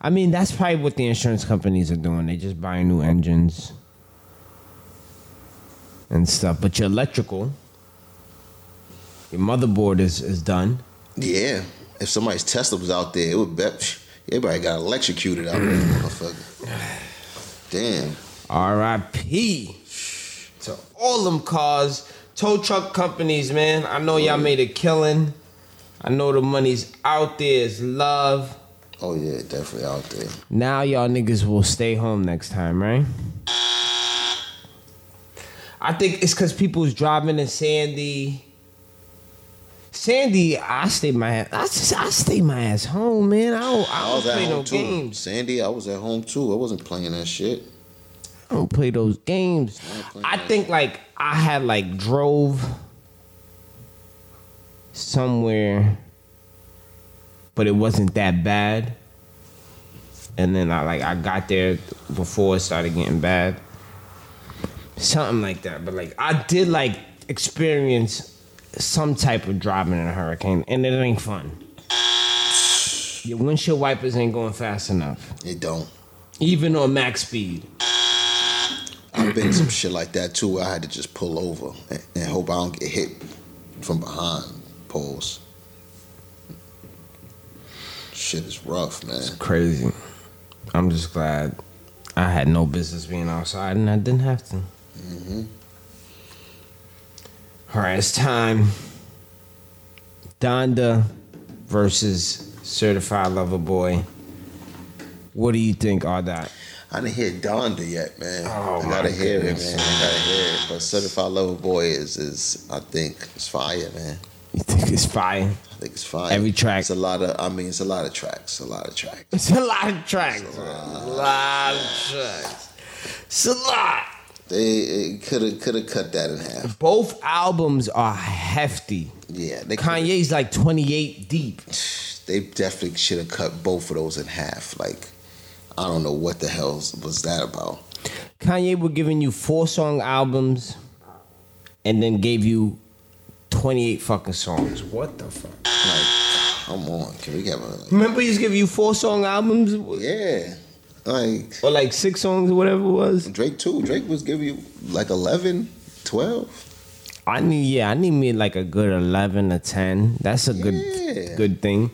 I mean, that's probably what the insurance companies are doing. They just buy new engines and stuff. But your electrical, your motherboard is is done. Yeah. If somebody's Tesla was out there, it would bet everybody got electrocuted out there, Mm. motherfucker. Damn. R.I.P. to all them cars, tow truck companies, man. I know y'all made a killing. I know the money's out there. It's love. Oh yeah, definitely out there. Now y'all niggas will stay home next time, right? I think it's because people was driving in Sandy. Sandy, I stay my ass. I, just, I stay my ass home, man. I don't, I I don't was at play home no too. games. Sandy, I was at home too. I wasn't playing that shit. I don't play those games. not playing I that think like I had like drove somewhere, but it wasn't that bad. And then I like I got there before it started getting bad. Something like that. But like I did like experience some type of driving in a hurricane and it ain't fun. Your windshield wipers ain't going fast enough. It don't. Even on max speed. I've been some shit like that too. Where I had to just pull over and, and hope I don't get hit from behind poles. Shit is rough, man. crazy. I'm just glad I had no business being outside and I didn't have to. Mm-hmm. All right, it's time. Donda versus Certified Lover Boy. What do you think, all that? I didn't hear Donda yet, man. Oh, I gotta my hear goodness. it, man. I gotta hear it. But Certified Lover Boy is is I think it's fire, man. You think it's fire? I think it's fire. Every track. It's a lot of. I mean, it's a lot of tracks. A lot of tracks. It's a lot of tracks. A lot of tracks. It's a lot. They could have could have cut that in half. Both albums are hefty. Yeah, they coulda- Kanye's like 28 deep. they definitely should have cut both of those in half. Like, I don't know what the hell was that about. Kanye were giving you four song albums and then gave you 28 fucking songs. What the fuck? Like, come on, can we get a like, Remember he was giving you four song albums yeah? Like or like six songs or whatever it was? Drake too. Drake was giving you like 11, 12. I need yeah, I need me like a good 11 or 10. That's a Yeah. good good thing.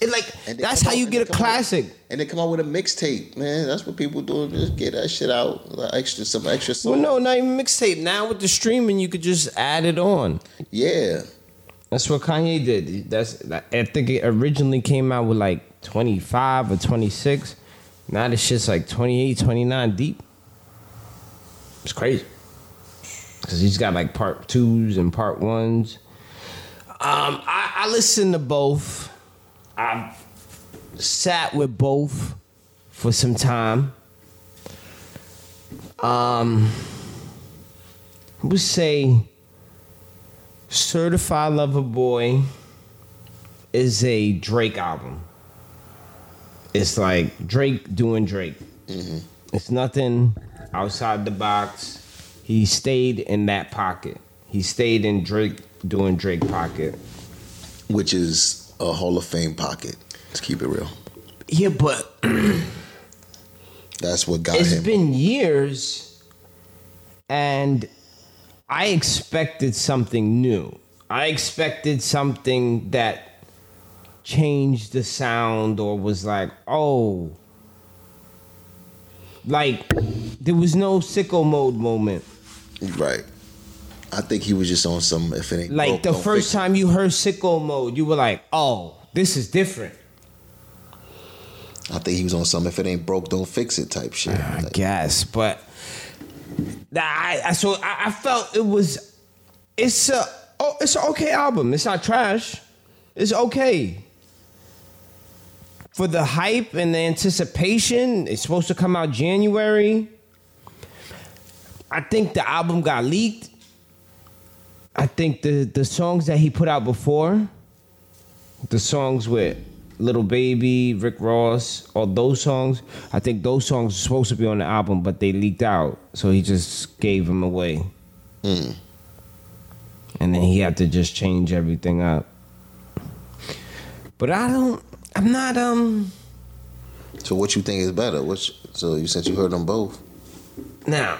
It like And they that's how come out- you and get they a come out- classic. And they come out with a mixtape, man. That's what people do. Just get that shit out, like extra some extra Well, song. no, not even mixtape. Now with the streaming, you could just add it on. Yeah, That's what Kanye did. That's I think it originally came out with like 25 or 26. Now this shit's like 28, 29 deep. It's crazy. Cause he's got like part twos and part ones. Um, I, I listened to both. I've sat with both for some time. Um, I would say Certified Lover Boy is a Drake album. It's like Drake doing Drake. Mm-hmm. It's nothing outside the box. He stayed in that pocket. He stayed in Drake doing Drake pocket. which is a Hall of Fame pocket. Let's keep it real. Yeah, but That's what got It's him. been years, and I expected something new. I expected something that changed the sound or was like, oh, like there was no sicko mode moment. Right. I think he was just on some. If it ain't Like broke, the don't first fix time you heard sicko mode, you were like, oh, this is different. it. I think he was on some. If it ain't broke, don't fix it type shit. I Like, guess, but nah, I, I so I, I felt it was it's a oh it's an okay album. It's not trash. It's okay. For the hype and the anticipation, it's supposed to come out January. I think the album got leaked. I think the the songs that he put out before, the songs with Little Baby, Rick Ross, all those songs, I think those songs are supposed to be on the album, but they leaked out, so he just gave them away. And then he had to just change everything up. But I don't. I'm not um. so what you think is better? Which so you said you heard them both. Now,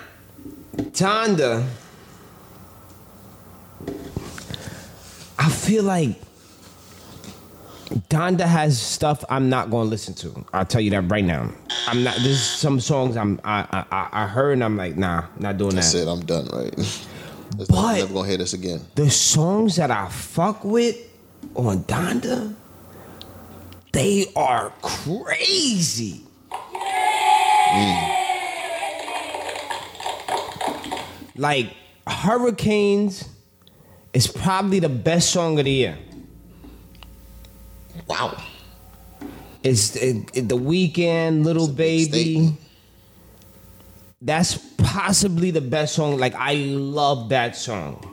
Donda, I feel like Donda has stuff I'm not going to listen to. I'll tell you that right now. I'm not. There's some songs I'm I I, I- I heard and I'm like, nah, not doing I that. said I'm done. Right. *laughs* That's But- never gonna hear this again. the songs that I fuck with on Donda, they are crazy. Like Hurricanes is probably the best song of the year. Wow. It's it, it- the weekend, little It's a big baby. statement. That's possibly the best song. Like I love that song.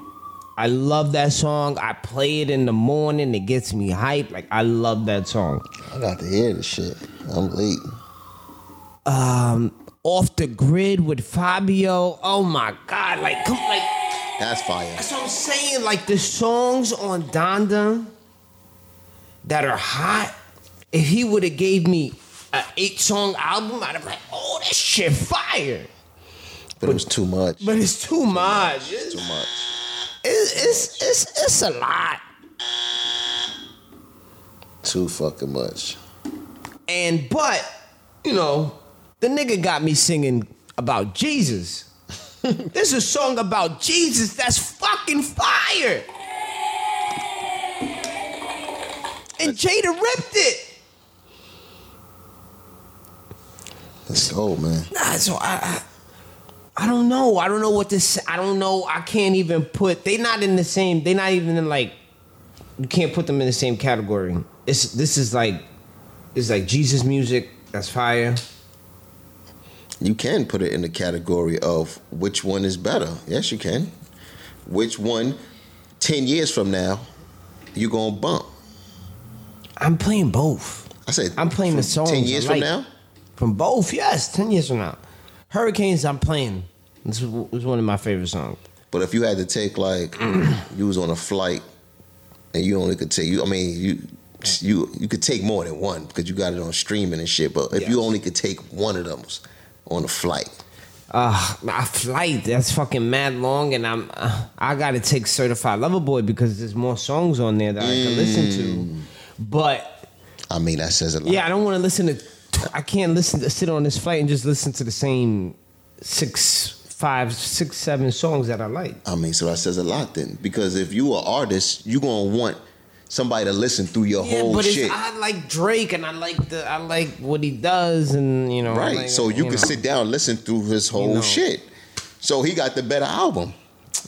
I love that song. I play it in the morning. It gets me hype. Like I love that song. I got to hear this shit. I'm late. Off the grid with Fabio. Oh my god! Like come like That's fire. that's what I'm saying. Like the songs on Donda that are hot. If he would have gave me an eight song album, I'd have been like, oh, this shit fire. But it was too much. But it's too much. It's, Too it- much. it's, it's, it's a lot. Too fucking much. And, but, you know, the nigga got me singing about Jesus. *laughs* this is a song about Jesus that's fucking fire. And Jada ripped it. Let's go, man. Nah, so I, I, I don't know. I don't know what this. I don't know. I can't even put. They not in the same. They not even in like. You can't put them in the same category. It's this is like, it's like Jesus music. That's fire. You can put it in the category of which one is better. Yes, you can. Which one, 10 years from now, you going to bump? I'm playing both. I said, I'm playing the from songs. 10 years I from like. now? From both, yes. Ten years from now, Hurricanes. I'm playing. This is- was one of my favorite songs. But if you had to take, like, *clears throat* you was on a flight and you only could take, you, I mean, you. You you could take more than one because you got it on streaming and shit. But if Yes. you only could take one of those on a flight, Uh, my flight that's fucking mad long, and I'm uh, I gotta take Certified Lover Boy because there's more songs on there that I can listen to. But I mean that says a lot. yeah, I don't want to listen to. I can't listen to sit on this flight and just listen to the same six, five, six, seven songs that I like. I mean, so that says a lot then, because if you are artist, you gonna want somebody to listen through your Yeah, whole but shit, it's, I like Drake and I like the I like what he does, and you know, I right? like- so you, can know. sit down, and listen through his whole know. shit. So he got the better album.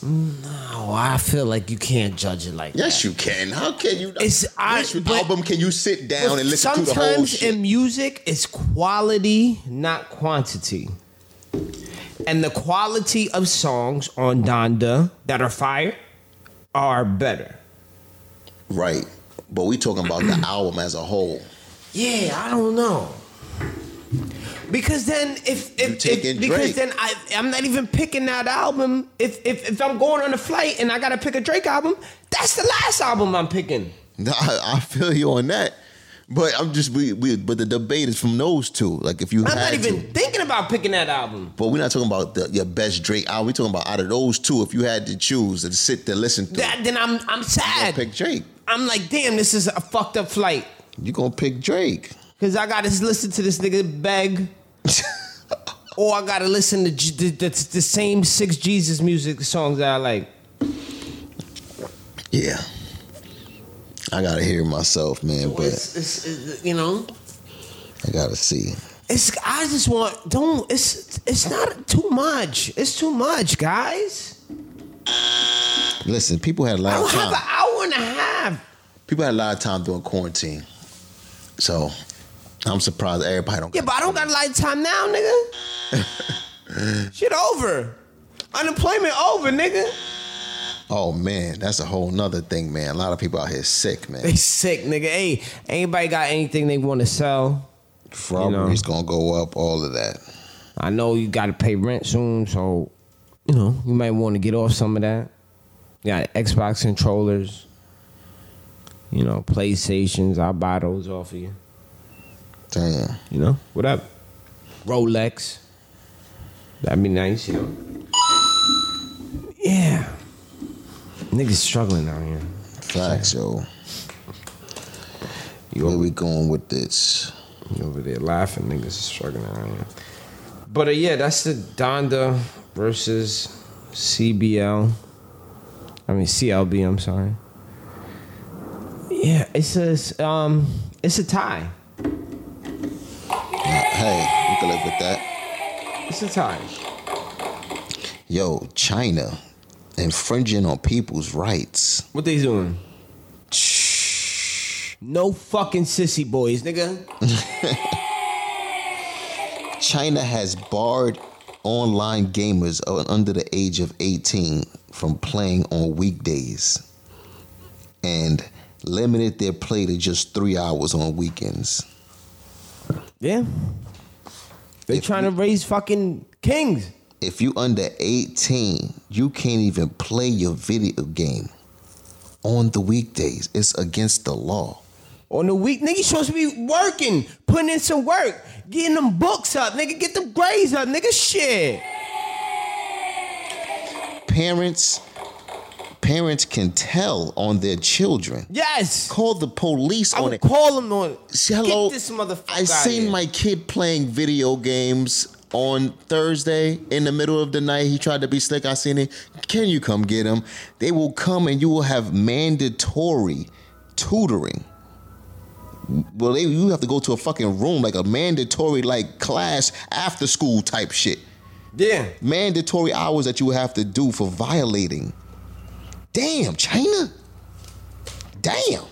Oh, I feel like you can't judge it like that. Yes, you can. How can you? It's- I- which but- album can you sit down But and listen to the whole sometimes shit? in music it's quality not quantity and the quality of songs on donda that are fire are better right, but we talking about *clears throat* the album as a whole. *laughs* yeah i don't know because then if, if, taking if because Drake. then I I'm not even picking that album if, if if I'm going on a flight and I gotta pick a Drake album that's the last album I'm picking No, I, I feel you on that, but I'm just we, we but the debate is from those two. Like if you I'm had not to. even thinking about picking that album But we're not talking about the, your best Drake album. We're talking about out of those two, if you had to choose and sit there listen to, that then I'm I'm you gonna sad pick Drake. I'm like, damn, this is a fucked up flight. You gonna pick Drake? *laughs* Cause I gotta listen to this nigga beg, or I gotta listen to J- the, the, the same six Jesus music songs that I like. yeah, I gotta hear myself, man. But It's, it's, it's, you know, I gotta see. it's I just want don't. It's it's not too much. It's too much, guys. Listen, people had I a lot of don't have an time. hour and a half. People had a lot of time during quarantine, so I'm surprised everybody don't. Yeah, but I don't got a lot of time now, nigga. Shit over. Unemployment over, nigga. Oh man, that's a whole nother thing, man. A lot of people out here sick, man. They sick, nigga. Hey, anybody got anything they want to sell? Robbery's gonna go up. All of that. I know you got to pay rent soon, so you know you might want to get off some of that. You got Xbox controllers, you know PlayStations. I'll buy those off of you. Damn. You know what up? Rolex. That'd be nice, you know. Yeah, niggas struggling out here. Facts, yo. Where we going with this? You over there laughing, niggas is struggling out here. But uh, yeah, that's the Donda versus CBL. I mean CLB. I'm sorry. Yeah, it's a it's, um, it's a tie. Uh, hey, we can live with that. It's a tie. Yo, China infringing on people's rights. What they doing? No fucking sissy boys, nigga. China has barred online gamers o- under the age of 18 from playing on weekdays and limited their play to just three hours on weekends. Yeah. They If trying to raise fucking kings. If you under 18, you can't even play your video game on the weekdays. It's against the law. On the week, nigga, you supposed to be working, putting in some work, getting them books up, nigga, get them grades up, nigga, shit. Parents parents can tell on their children. Yes. Call the police I on would it. call them on See, hello. Get this motherfucker. I out seen here. my kid playing video games on Thursday in the middle of the night. He tried to be slick. I seen it. Can you come get him? They will come and you will have mandatory tutoring. Well, they, you have to go to a fucking room like a mandatory like class after school type shit. Yeah. Mandatory hours that you have to do for violating. Damn, China. Damn.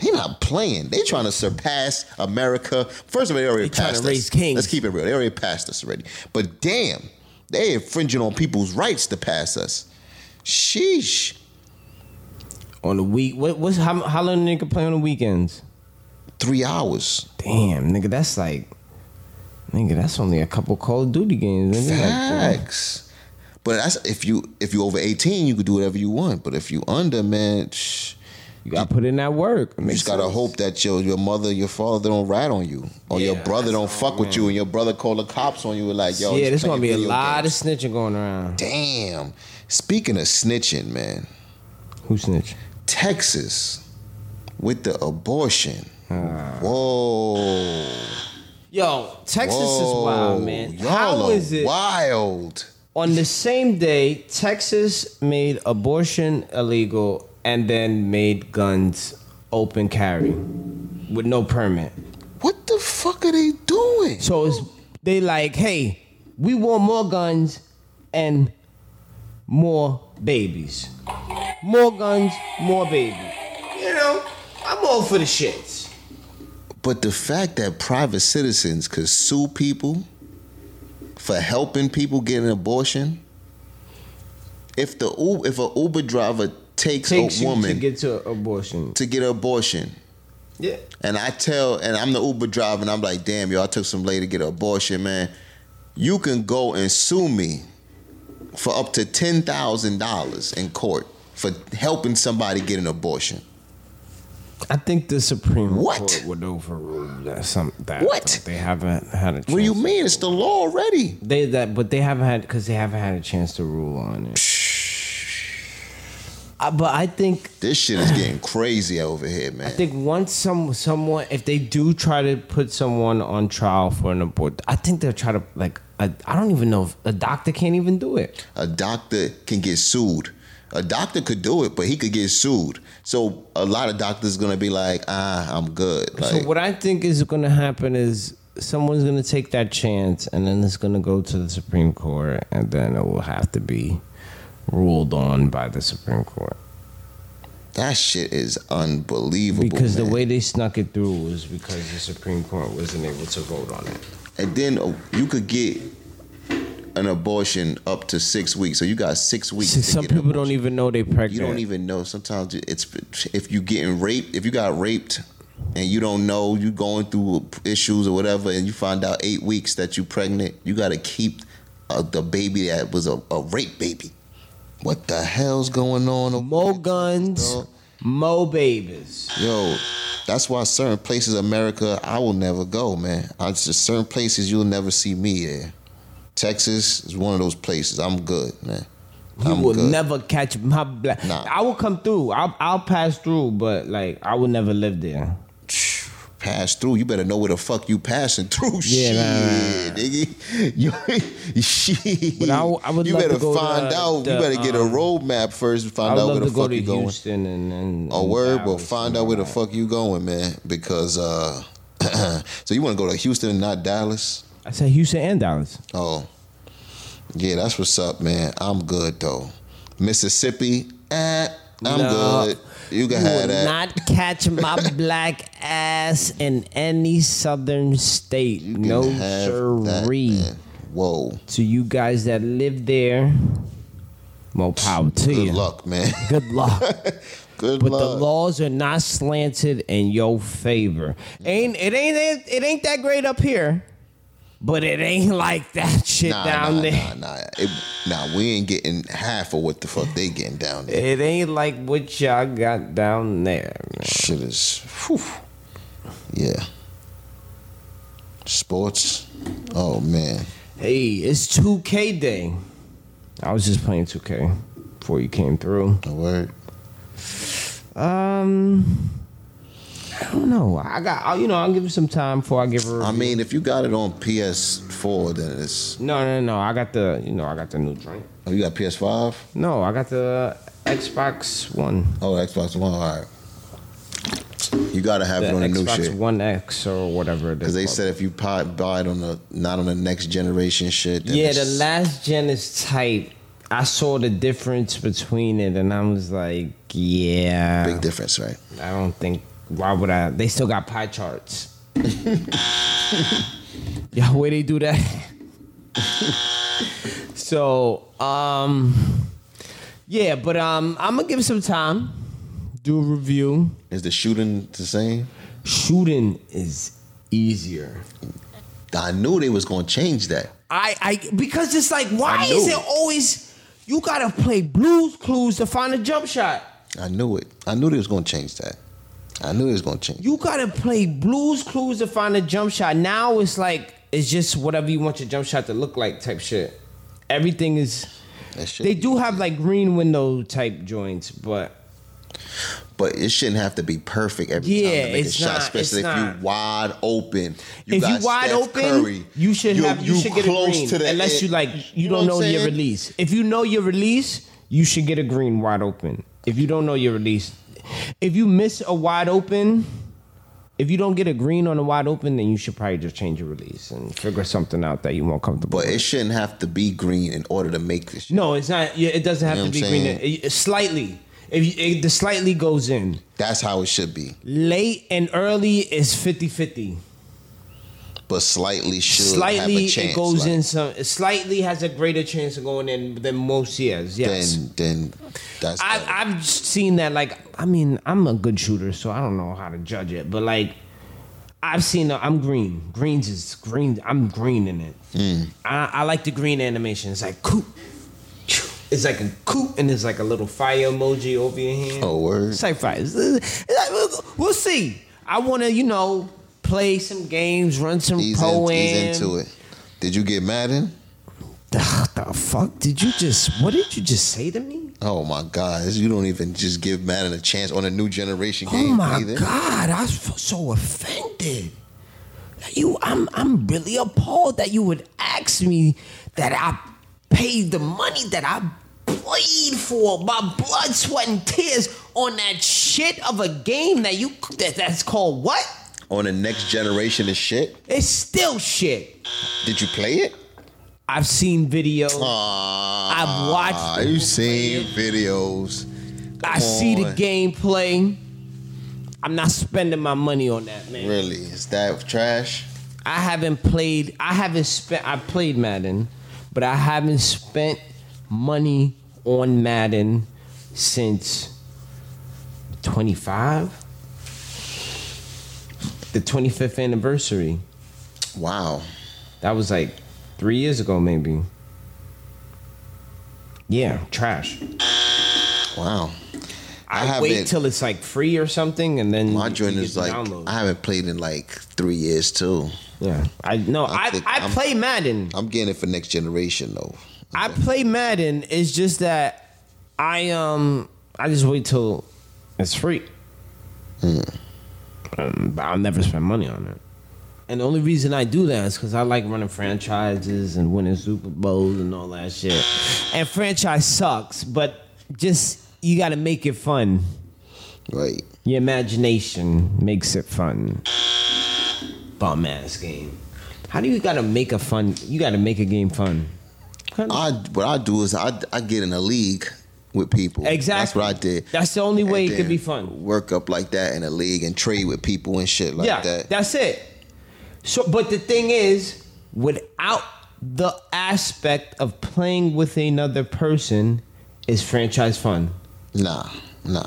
They not playing. They trying to surpass America. First of all, they already They trying passed to us. raise kings. Let's keep it real. They already passed us already. But damn, they infringing on people's rights to pass us. Sheesh. On the week, what, what's how, how long a nigga play on the weekends? Three hours. Damn, nigga, that's like, nigga, that's only a couple Call of Duty games. Nigga. Like, damn. Facts. But that's if you if you over eighteen, you could do whatever you want. But if you under, man. Shh. you gotta put in that work. You just gotta hope that your your mother, your father don't rat on you, or your Yeah, brother that's don't all, fuck with man. you, and your brother call the cops on you. Like, yo, yeah, he's there's gonna playing be a video lot games. of snitching going around. Damn. Speaking of snitching, man, Who snitch? Texas with the abortion. Whoa, Yo, Texas Whoa. is wild, man. Y'all How are is it? Wild. On the same day, Texas made abortion illegal and then made guns open carry with no permit. What the fuck are they doing? So it's they like, hey, we want more guns and more babies. More guns, more babies. You know, I'm all for the shits. But the fact that private citizens could sue people for helping people get an abortion, if the U- if a Uber driver takes, Takes a you woman to get to abortion. an abortion, Yeah. and I tell and I'm the Uber driver, and I'm like, damn, yo, I took some lady to get an abortion, man. You can go and sue me for up to ten thousand dollars in court for helping somebody get an abortion. I think the Supreme What? Court would overrule that. Some that What? they haven't had a. Chance. What do you mean? It's the law already. They that, but they haven't had because they haven't had a chance to rule on it. I, but I think This shit is getting crazy over here, man. I think once some someone, if they do try to put someone on trial for an abort, I think they'll try to like. I I don't even know if a doctor can't even do it. a doctor can get sued. A doctor could do it, but he could get sued. So a lot of doctors gonna be like, ah, I'm good. Like, so what I think is going to happen is someone's going to take that chance, and then it's going to go to the Supreme Court, and then it will have to be ruled on by the Supreme Court that shit is unbelievable. because the man. way they snuck it through was because the Supreme Court wasn't able to vote on it. and then uh, you could get an abortion up to six weeks. So you got six weeks. See, to some get an people abortion. don't even know they pregnant. You don't even know. Sometimes you- it's if you getting raped, if you got raped, and you don't know, you going through issues or whatever, and you find out eight weeks that you pregnant. You got to keep uh, the baby that was a, a rape baby. What the hell's going on? over Mo there? guns, Dog. mo babies. Yo, that's why certain places, America, I will never go, man. I just certain places you'll never see me there. Texas is one of those places. I'm good, man. You I'm will good. never catch my black. Nah. I will come through. I'll, I'll pass through, but like I will never live there. *sighs* pass through. You better know where the fuck you passing through. shit, Yeah, nigga. You, *laughs* shit. But I w- I would you love to better go to, find uh, out. the, you better get a um, roadmap first and I find would out where love the to go fuck to you going. Houston and, and A and word, but Dallas find and out where the all fuck you going, man. Because uh, *clears throat* so you want to go to Houston and not Dallas? that. I said Houston and Dallas. Oh, Yeah, that's what's up, man. I'm good though. Mississippi, eh, No. I'm good. You can You have will that. not catch my *laughs* black ass in any southern state. You No can have that, siree. man. Whoa. to you guys that live there, more power to Good you. luck, man. *laughs* Good luck. good But luck. the laws are not slanted in your favor. Ain't it ain't it, ain't that great up here, but it ain't like that shit nah, down nah, there. nah, nah. It- nah, we ain't getting half of what the fuck they getting down there. It ain't like what y'all got down there. man. Shit is, whew. yeah. Sports, oh man, Hey, it's 2K day. I was just playing 2K before you came through. a word. Um, I don't know. I got I'll, you know I'll give it some time before I give her. I mean, if you got it on PS4, then it's. no, no, no. I got the you know I got the new drink. Oh, you got PS5? No, I got the Xbox One. Oh, Xbox One. All right. You gotta have it on the new Xbox shit. One X or whatever. Because they said if you pi- buy it on the not on the next generation shit, then yeah, the it's- last gen is tight. I saw the difference between it, and I was like, yeah, big difference, right? I don't think. Why would I? They still got pie charts. *laughs* yeah, where they do that? *laughs* so, um, yeah, but um, I'm gonna give it some time. Do a review. Is the shooting the same? Shooting is easier. I knew they was gonna change that. I, I because it's like why I knew. is it always you gotta play blues clues to find a jump shot? I knew it. I knew they was gonna change that. I knew they was gonna change. You gotta play blues clues to find a jump shot. Now it's like it's just whatever you want your jump shot to look like type shit. Everything is That shit. they do have like green window type joints, but but it shouldn't have to be perfect every Yeah, time to make it's a shot, not- especially it's if not. you wide open. if got you wide Steph open, Curry, you should you're- have you, you should get a close green to the unless end. you like you, You know don't what know I'm your saying? release. If you know your release, you should get a green wide open. If you don't know your release, if you miss a wide open, if you don't get a green on a wide open, then you should probably just change your release and figure something out that you more comfortable. But with. it shouldn't have to be green in order to make this. shit. no, it's not. yeah, It doesn't have You know to be what I'm green. saying? It- it- slightly, if you, it, the slightly goes in That's how it should be. late and early is 50-50. But slightly should have slightly a chance. it goes like, in some it slightly has a greater chance of going in than most years yes Then, then that's. I, better. i've seen that like i mean i'm a good shooter so i don't know how to judge it but like i've seen that i'm green greens is green i'm green in it Hmm. I, I like the green animation it's like coop choo. it's like a coop and there's like a little fire emoji over your hand Oh, word. it's like fire It's- it's like, we'll- Uh, we'll see i want to you know play some games run some He's, in, poems he's into it. Did you get Madden? Ugh, the fuck did you just? What did you just say to me? Oh my God! You don't even just give Madden a chance on a new generation Oh game my either. god, I feel so offended. Like, You, I'm, I'm really appalled that you would ask me that I paid the money that I played for my blood, sweat, and tears on that shit of a game that you that, that's called what? On the next generation of shit. It's still shit. Did you play it? I've seen videos. Oh, I've watched people Ah, You seen videos? I see the on. gameplay. I'm not spending my money on that, man. Really? Is that trash? I haven't played. I haven't spent. I played Madden, but I haven't spent money on Madden since 25, the 25th anniversary. Wow. That was like three years ago, maybe. Yeah, trash. Wow. I I, haven't- wait till it's like free or something, and then My you joint get is the like download. I haven't played in like three years too. yeah, I no, I I think I, I'm- play Madden. I'm getting it for next generation though. I play Madden. It's just that I um I just wait till it's free. Hmm. Um, but I'll never spend money on it. And the only reason I do that is because I like running franchises and winning Super Bowls and all that shit. And franchise sucks, but just you got to make it fun. Right. Your imagination makes it fun. Bum ass game. How do you got to make a fun? You got to make a game fun. I what I do is I I get in a league with people. Exactly. That's what I did. That's the only way And it could then be fun. Work up like that in a league and trade with people and shit like yeah, that. that's it. So, but the thing is, without the aspect of playing with another person, is franchise fun. Nah, nah.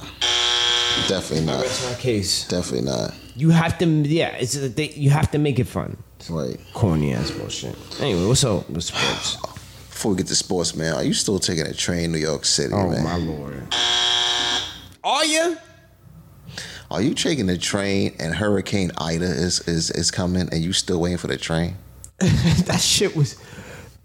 Definitely That's not. my case. Definitely not. You have to, yeah. It's a, they, you have to make it fun. Like Corny ass bullshit. Anyway, what's up with sports? before we get to sports, man, are you still taking a train New York City, Oh man? my lord. Are you? Are you taking the train and Hurricane Ida is is is coming and you still waiting for the train? *laughs* that shit was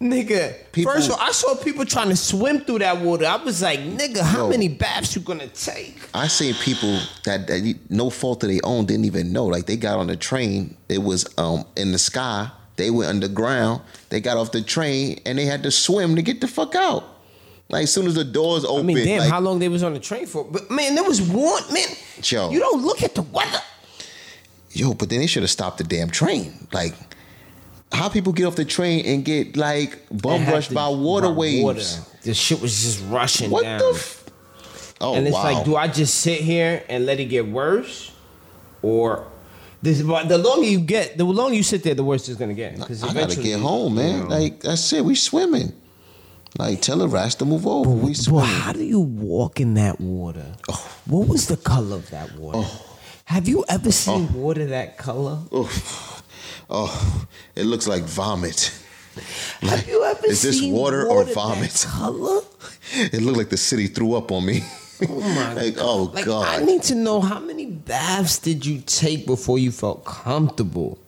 nigga. People- first of all, I saw people trying to swim through that water. I was like, nigga, how Yo. many baths you gonna take? I seen people that, that you- no fault of their own didn't even know. Like they got on the train, it was um in the sky. They went underground. They got off the train and they had to swim to get the fuck out. Like as soon as the doors open, I mean, damn, like, how long they was on the train for? But man, there was one man. Yo. You don't look at the weather. yo, but then they should have stopped the damn train. Like, how people get off the train and get like bum It had rushed to- by water waves? water. The shit was just rushing What down. the? F- oh and it's wow! like, do I just sit here and let it get worse, or this? The longer you get, the longer you sit there, the worse it's gonna get. Because I gotta get home, man. Like that's it. We swimming. Like tell the rats to move over. we Well, swimming. how do you walk in that water? What was the color of that water? Have you ever seen water that color? Oh, oh, it looks like vomit. *laughs* Have you ever is this seen water or that vomit? color? It looked like the city threw up on me. *laughs* Oh my like, god! oh like, god. I need to know how many baths did you take before you felt comfortable?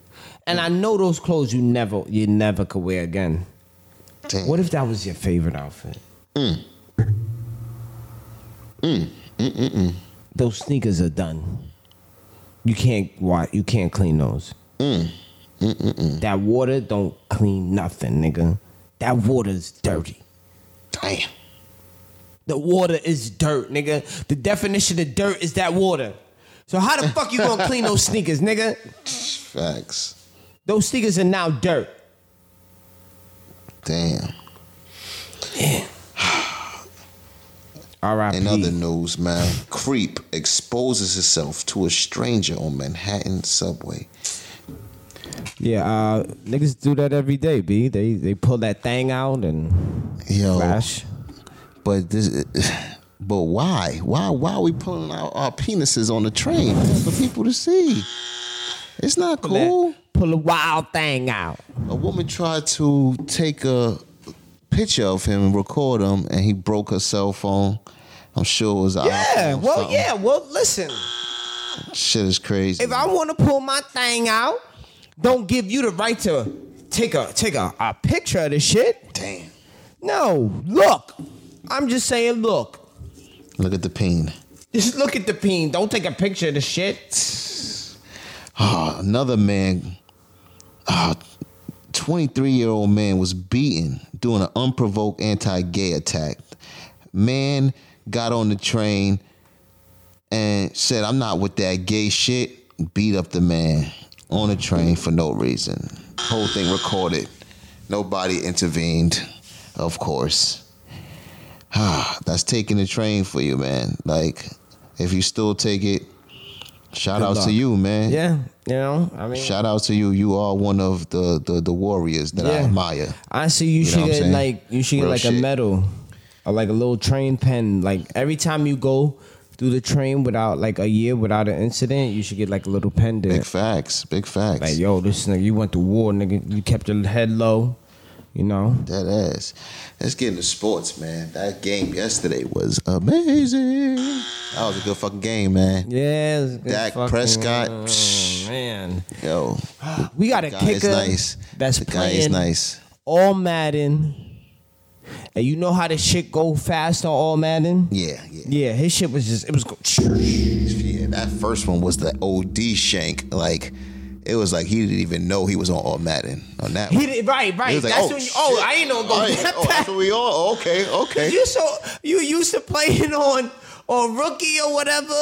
And I know those clothes you never you never could wear again. Damn. What if that was your favorite outfit? Mm. Mm. Mm. Mm. mm, Those sneakers are done. You can't why you can't clean those. Mm. That water don't clean nothing, nigga. That water's dirty. Damn. The water is dirt, nigga. The definition of dirt is that water. So how *laughs* the fuck you gonna clean those sneakers, nigga? Facts. Those sneakers are now dirt. Damn. R.I.P. In other news, man, creep exposes herself to a stranger on Manhattan subway. Yeah, uh, niggas do that every day, b. They they pull that thing out and Yo, flash. but this, *sighs* but why? Why? Why are we pulling out our penises on the train man, for people to see? It's not cool. Pull a wild thing out. A woman tried to take a picture of him and record him, and he broke her cell phone. I'm sure it was an Yeah. iPhone or Well, something. yeah. Well, listen. Shit is crazy. If I want to pull my thing out, don't give you the right to take a take a, a picture of the shit. Damn. No, look. I'm just saying, look. Look at the pain. Just look at the peen. Don't take a picture of the shit. Ah, another man, ah, 23 year old man was beaten during an unprovoked anti gay attack. Man got on the train and said, I'm not with that gay shit. Beat up the man on the train for no reason. Whole thing recorded. Nobody intervened, of course. Ah, that's taking the train for you, man. Like, if you still take it, shout out luck. to you, man. Yeah, you know. I mean, Shout out to you. You are one of the the, the warriors that I Yeah. admire. I see you, know should what I'm get saying? like you should get Real like a shit. medal or like a little train pen. Like every time you go through the train without like a year without an incident, you should get like a little pendant. Big facts. Big facts. like yo, this nigga, you went to war, nigga. You kept your head low. You know. that ass. Let's get into sports, man. That game yesterday was amazing. That was a good fucking game, man. Yeah. it was good Dak fucking- Prescott. Oh, *sighs* man, Yo, we got a guy is kicker. nice. That's the guy playing is nice. all Madden. And you know how the shit go fast on all Madden? Yeah, yeah, Yeah, his shit was just it was go- yeah. That first one was the OD shank. Like, it was like he didn't even know he was on All Madden on that. he one. did right, He right. was like, that's when you, oh, shit. I ain't know All go right. that Oh, that's fast. what we all okay, okay. You so you used to playing on on rookie or whatever,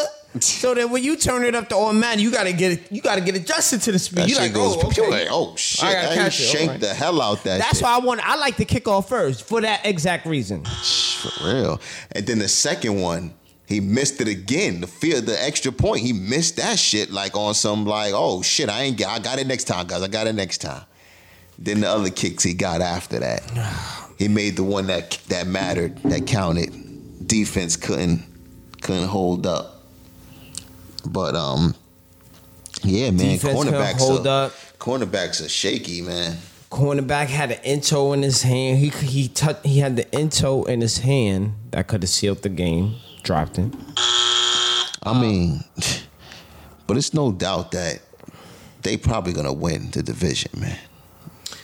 So that when you turn it up to automatic, you gotta get it. You gotta get adjusted to the speed. That you shit like, goes oh, okay. like, oh shit! I gotta I, catch it. shake Alright. the hell out that. That's shit. why I want. I like to kick off first for that exact reason. for real. And then the second one, he missed it again. The field, the extra point, he missed that shit. Like on some like, oh shit, I ain't got, I got it next time, guys. I got it next time. Then the other kicks he got after that, he made the one that that mattered, that counted. Defense couldn't couldn't hold up. But um, yeah, man, Defense couldn't cornerbacks hold are, up. Cornerbacks are shaky, man. Cornerback had an into in his hand. He he touched. He had the into in his hand that could have sealed the game. Dropped it. Um, I mean, but it's no doubt that they probably gonna win the division, man.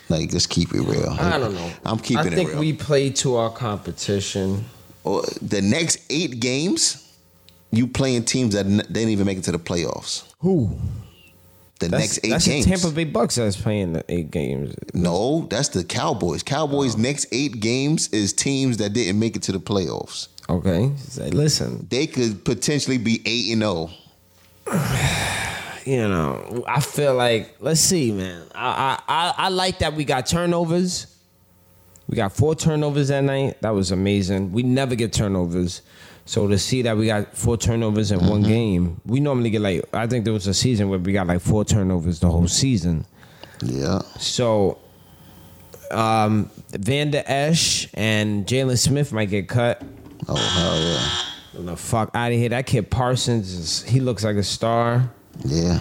Like, let's keep it real. I don't know. I'm keeping I think it real. we played to our competition. Or the next eight games, you playing teams that n- they didn't even make it to the playoffs. Who? The That's, next eight that's games. the Tampa Bay Bucks that's playing the eight games. no, that's the Cowboys. Cowboys' Oh. next eight games is teams that didn't make it to the playoffs. Okay. Say, listen, They could potentially be eight and oh. zero. you know, I feel like let's see, man. I I I, I like that we got turnovers. We got four turnovers that night. That was amazing. We never get turnovers. So to see that we got four turnovers in one game, we normally get like I think there was a season where we got like four turnovers the whole season. Yeah. So, um, Van Der Esch and Jalen Smith might get cut. Oh hell Get The fuck out of here! That kid Parsons is, he looks like a star. yeah.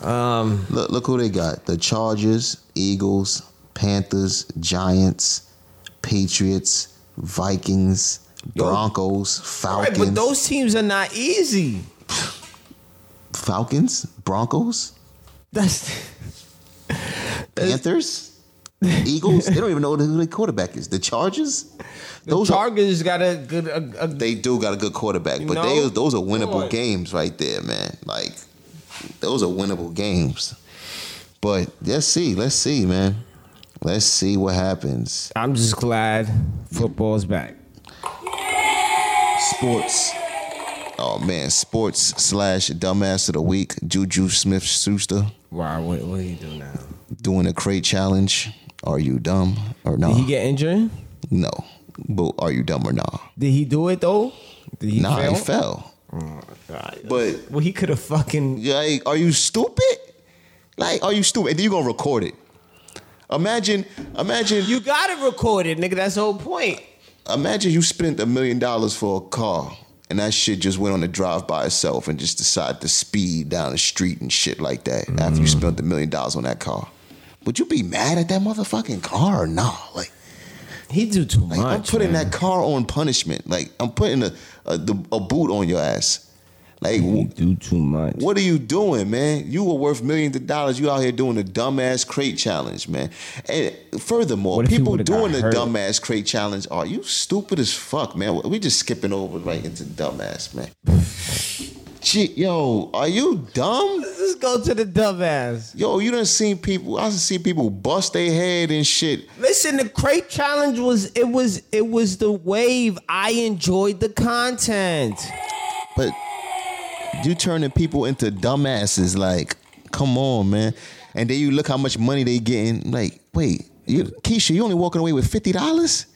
Yeah. Um, Look, look who they got: the Chargers, Eagles, Panthers, Giants, Patriots, Vikings, Yo. Broncos, all right, Falcons. but those teams are not easy. Falcons, Broncos, That's *laughs* Panthers, Eagles. They don't even know who their quarterback is. The Chargers. those Those *laughs* are, Chargers got a good. A, a, they do got a good quarterback, You but know? they those are winnable Come on. games right there, man. Like those are winnable games. But let's see, let's see, man. Let's see what happens. I'm just glad football's back. Sports. Oh man, sports slash dumbass of the week, Juju Smith Schuster Wow, what what he do now? doing a crate challenge. Are you dumb or Did no? he get injured? no. But are you dumb or no? Did he do it though? Did he Nah, fail? he fell. But Oh, Well, he could have fucking. like, are you stupid? Like, are you stupid? And then you gonna record it. Imagine, imagine You got to record it, nigga. That's the whole point. Imagine you spent a million dollars for a car and that shit just went on a drive by itself and just decided to speed down the street and shit like that after you spent a million dollars on that car. Would you be mad at that motherfucking car or nah? Like, He do too like, I'm much. putting that car on punishment. Like I'm putting a a, the- a boot on your ass. He Like wh- do too much. what are you doing, man? You were worth millions of dollars. You out here doing the dumbass crate challenge, man. And furthermore, What if you people would've got doing the hurt? dumbass crate challenge are you stupid as fuck, man? We just skipping over right into dumbass, man. Gee, yo, are you dumb? Let's just go to the dumbass. Yo, you done seen people? I done seen people bust their head and shit. Listen, the crate challenge was it was it was the wave. I enjoyed the content. But you turning people into dumbasses. Like, come on, man. And then you look how much money they getting. Like, wait, you, Keisha, you only walking away with fifty dollars?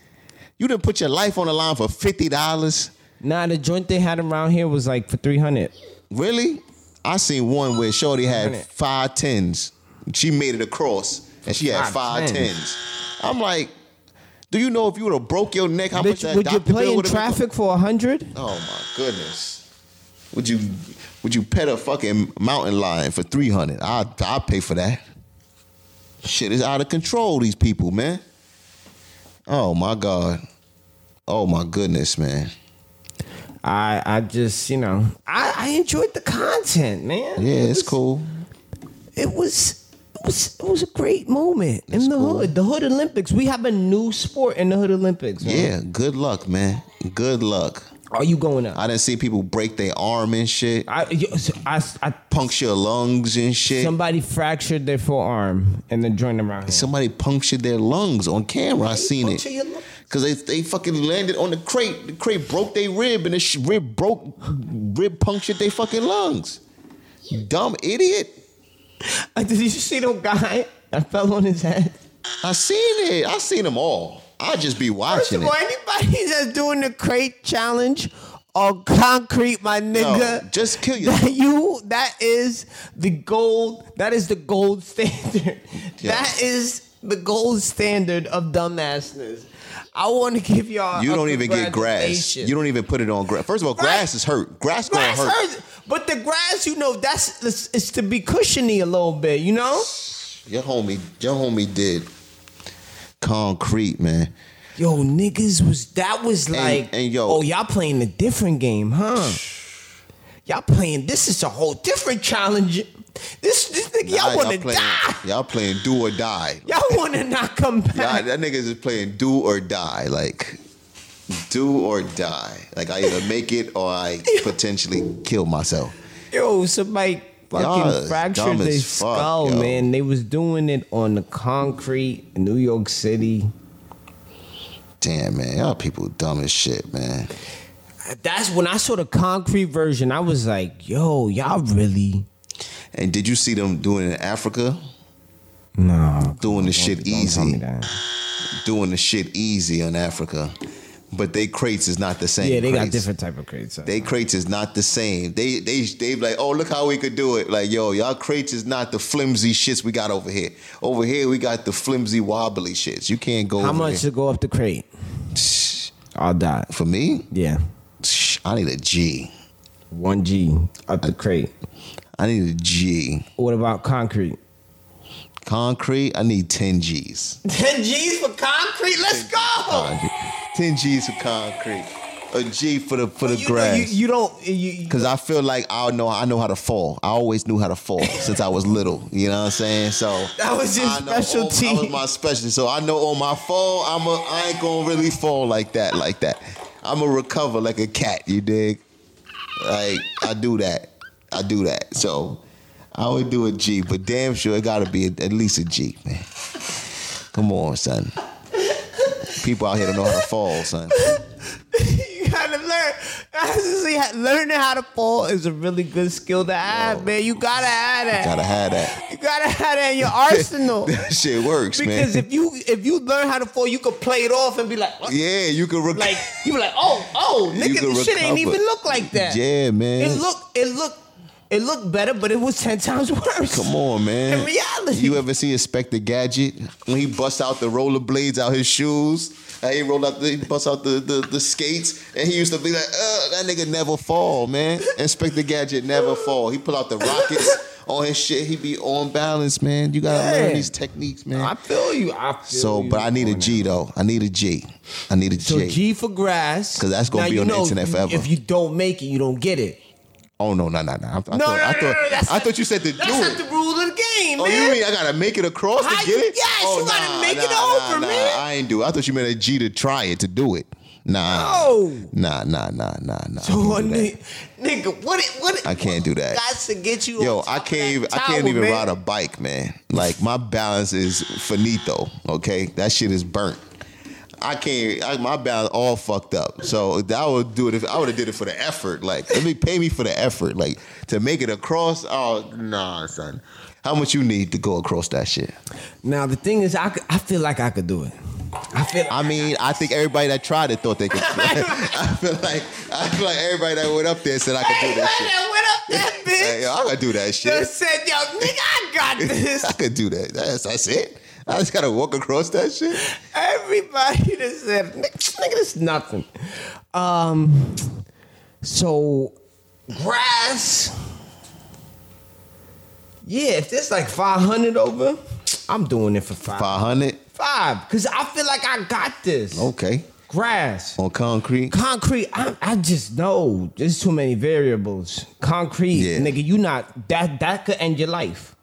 You done put your life on the line for fifty dollars? Nah, the joint they had around here was like for three hundred. Really? I seen one where Shorty had Minute. five tens. She made it across, and she had Five five tens. tens. I'm like, do you know if you would have broke your neck, how much Bitch, that would you doctor bill play in would've been? traffic for a hundred? Oh my goodness. Would you would you pet a fucking mountain lion for 300? I I'll pay for that. Shit is out of control these people, man. Oh my god. Oh my goodness, man. I I just you know I I enjoyed the content, man. Yeah, it it's was, cool. It was. It was, it was a great moment It's in the cool. hood. The Hood Olympics. We have a new sport in the Hood Olympics. man. Yeah, good luck, man. Good luck. Are you going up? I didn't see people break their arm and shit, I, yo, I, I puncture lungs and shit. Somebody fractured their forearm and the joint around. Him. Somebody punctured their lungs on camera. I seen it. Puncture your lung- Cause they they fucking landed on the crate. The crate broke their rib, and the sh- rib broke, rib punctured their fucking lungs. Dumb idiot. Uh, *laughs* Did you see the guy that fell on his head? I seen it. I seen them all. I just be First watching of all, it. anybody that's doing the crate challenge or concrete, my nigga, just kill yourself. that you that is the gold. That is the gold *laughs* standard. Yeah. That is the gold standard of dumbassness. I want to give y'all. You a don't even get grass. congratulations. You don't even put it on grass. First of all, grass is hurt. Grass, Grass gonna hurt. hurts, but the grass, you know, that's it's, it's to be cushiony a little bit, you know. Your homie, your homie did concrete, man. Yo, niggas was that was like, and yo- oh y'all playing a different game, huh? Y'all playing this is a whole different challenge. This this nigga Nah, y'all want to playing, die. Y'all playing do or die. Y'all want to not come *laughs* Y'all, back. that niggas is playing do or die. Like do or die. Like I either make it *laughs* or I potentially kill myself. Yo, somebody Y'all fucking is fractured dumb their as fuck, skull, yo. man. They was doing it on the concrete in New York City. Damn, man. Y'all people dumb as shit, man. That's when I saw the concrete version. I was like, yo, y'all really. And did you see them doing it in Africa? No, Doing the don't shit tell me easy. that. Doing the shit easy in Africa. But they crates is not the same. Yeah, they got crates. different type of crates. They crates is not the same. They they they be like, oh look how we could do it. Like yo, y'all crates is not the flimsy shits we got over here. Over here we got the flimsy wobbly shits. You can't go. How over much there. to go up the crate? All that. for me? Yeah. I need a G. One G up the crate. I need a G. What about concrete? Concrete. I need ten Gs. Ten G's for concrete. Let's go. *laughs* ten Gs for concrete. A G for the for the you, grass. You, you don't. You, *laughs* Cause I feel like I know I know how to fall. I always knew how to fall since I was little. You know what I'm saying? So *laughs* That was your I know all- specialty. That was my specialty. So I know on my fall, I'm a I ain't gonna really fall like that, like that. I'm gonna recover like a cat. You dig? Like I do that. I do that. So I would do a G, but damn sure it gotta be at least a G, man. Come on, son. People out here don't know how to fall, son. you gotta learn. *laughs* Honestly, learning how to fall is a really good skill to have, man. You gotta have that. Gotta have that. you gotta have that in your arsenal. *laughs* That shit works, man. Oh. because if you if you learn how to fall, you could play it off and be like, "What?" Yeah, you can recover. like you be like, oh oh, You nigga, can this shit ain't recover. even look like that. Yeah, man. It looked it looked it looked better, but it was ten times *laughs* worse. Come on, man. In reality. You ever see Inspector Gadget when he busts out the rollerblades out his shoes? And he rolled out, the, he busts out the, the the skates, and he used to be like, "Uh, that nigga never fall, man." Inspector *laughs* Gadget never fall. He pull out the rockets on his shit. He be on balance, man. You gotta Yeah. learn these techniques, man. I feel you. I feel so, you. but I need a G though. I need a G. I need a G So G for grass. 'Cause that's gonna Now, be you on the know, internet forever. If you don't make it, you don't get it. Oh no, no, no, no! I, I thought, No, no, no, I thought, no, no, that's I thought you said to do That's not it. the rule of the game, Oh, man. you mean I gotta make it across How to get you- it? yes, oh, you gotta nah, make it nah, over, nah, man. I ain't do. it. I thought you meant a G to try it to do it. Nah, No. nah, nah, nah, nah, nah. I Oh, can't do that. ni- nigga, what? it- What? it- I can't do that. Got to get you. Yo, on top I of can't that even. I tower, can't even man. ride a bike, man. Like my balance is finito. Okay, that shit is burnt. I can't. I, my balance all fucked up. So I would do it if I would have did it for the effort. Like let me pay me for the effort. Like to make it across. Oh nah, son. How much you need to go across that shit? Now the thing is, I, could- I feel like I could do it. I feel. Like I mean, I think everybody that tried it thought *laughs* they could. I feel like I feel like everybody that went up there said I could do that shit. Went up that Hey, yo, bitch. I could do that shit. Just said, yo, nigga, I *laughs* got this. I could do that. That's that's it. I just gotta walk across that shit. Everybody that said, nigga, nigga, this is nothing. Um, so grass. Yeah, if there's like 500 over, I'm doing it for five. Five, Five hundred. cause I feel like I got this. Okay. Grass, On *laughs* concrete. concrete. I, I just know there's too many variables. Concrete, Yeah. nigga, you not that that could end your life.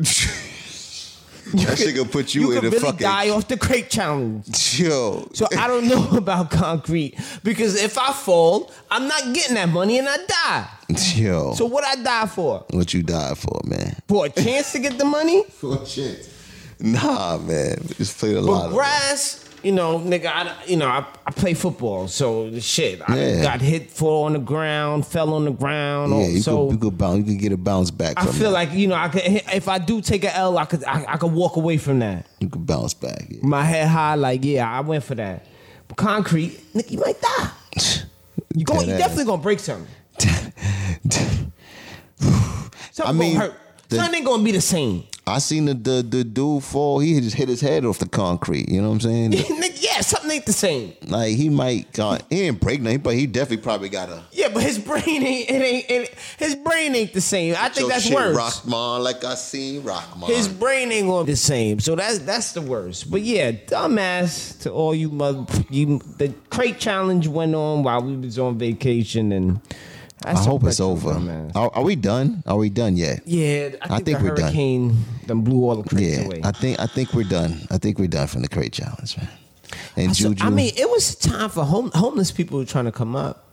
That shit gonna put you, You, in could the really fucking die off the crate challenge. yo. So I don't know *laughs* about concrete because if I fall, I'm not getting that money and I die. *laughs* Yo. So what I die for? what you died for, man? For a *laughs* chance to get the money? For shit. Nah, man. Just played a lot But of. it. grass, you know, nigga, I, you know, I, I play football, so shit, I Yeah. got hit, fall on the ground, fell on the ground. Yeah, all- you, so could, you could bounce. You could get a bounce back. I From feel that. like you know, I could if I do take a L, I could I, I could walk away from that. you could bounce back. Yeah. My head high, like yeah, I went for that. But concrete, nigga, you might *laughs* die. You going, you Dead ass. definitely gonna break *laughs* something. Something I mean, gonna hurt. the- Something ain't gonna be the same. *laughs* I seen the, the the dude fall. He just hit his head off the concrete. You know what I'm saying? Nigga, yeah, something ain't the same. like he might got he didn't break nothing, but he definitely probably got a. Yeah, but his brain ain't it ain't it, his brain ain't the same. I think Your that's shit worse. Rockman, like I seen Rockman. His brain ain't gonna be the same. So that's that's the worst. But yeah, dumbass to all you mother you the crate challenge went on while we was on vacation and that's I a hope it's retro over. dumbass. Are, are we done? Are we done yet? Yeah, I think, I think the we're done. hurricane done blew all the crates Yeah, away. I think I think we're done. I think we're done from the crate challenge, man. And I, Juju, I mean, it was time for home, homeless people who trying to come up.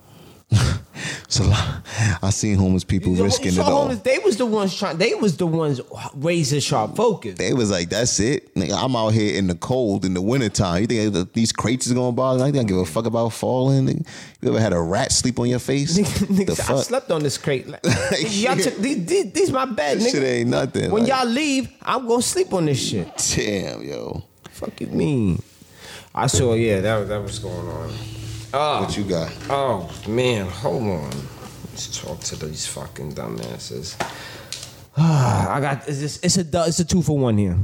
it's a lot. I seen homeless people You risking it saw all. homeless- They was the ones trying. They was the ones raising sharp focus. *laughs* They was like, "That's it, nigga. I'm out here in the cold in the wintertime. You think that these crates is gonna bother? me? I don't give a fuck about falling. nigga. You ever had a rat sleep on your face? Nigga, the said, I fuck? slept on this *laughs* crate. Like, y'all took, these, these, these my bed, That shit nigga. ain't nothing. When like, y'all leave, I'm gonna sleep on this shit. damn, yo, Fuck you mean? I saw, yeah, that was that was going on. what you got? Oh man, hold on. Let's talk to these fucking dumbasses. Ah, I got is this it's a du- it's a two for one here.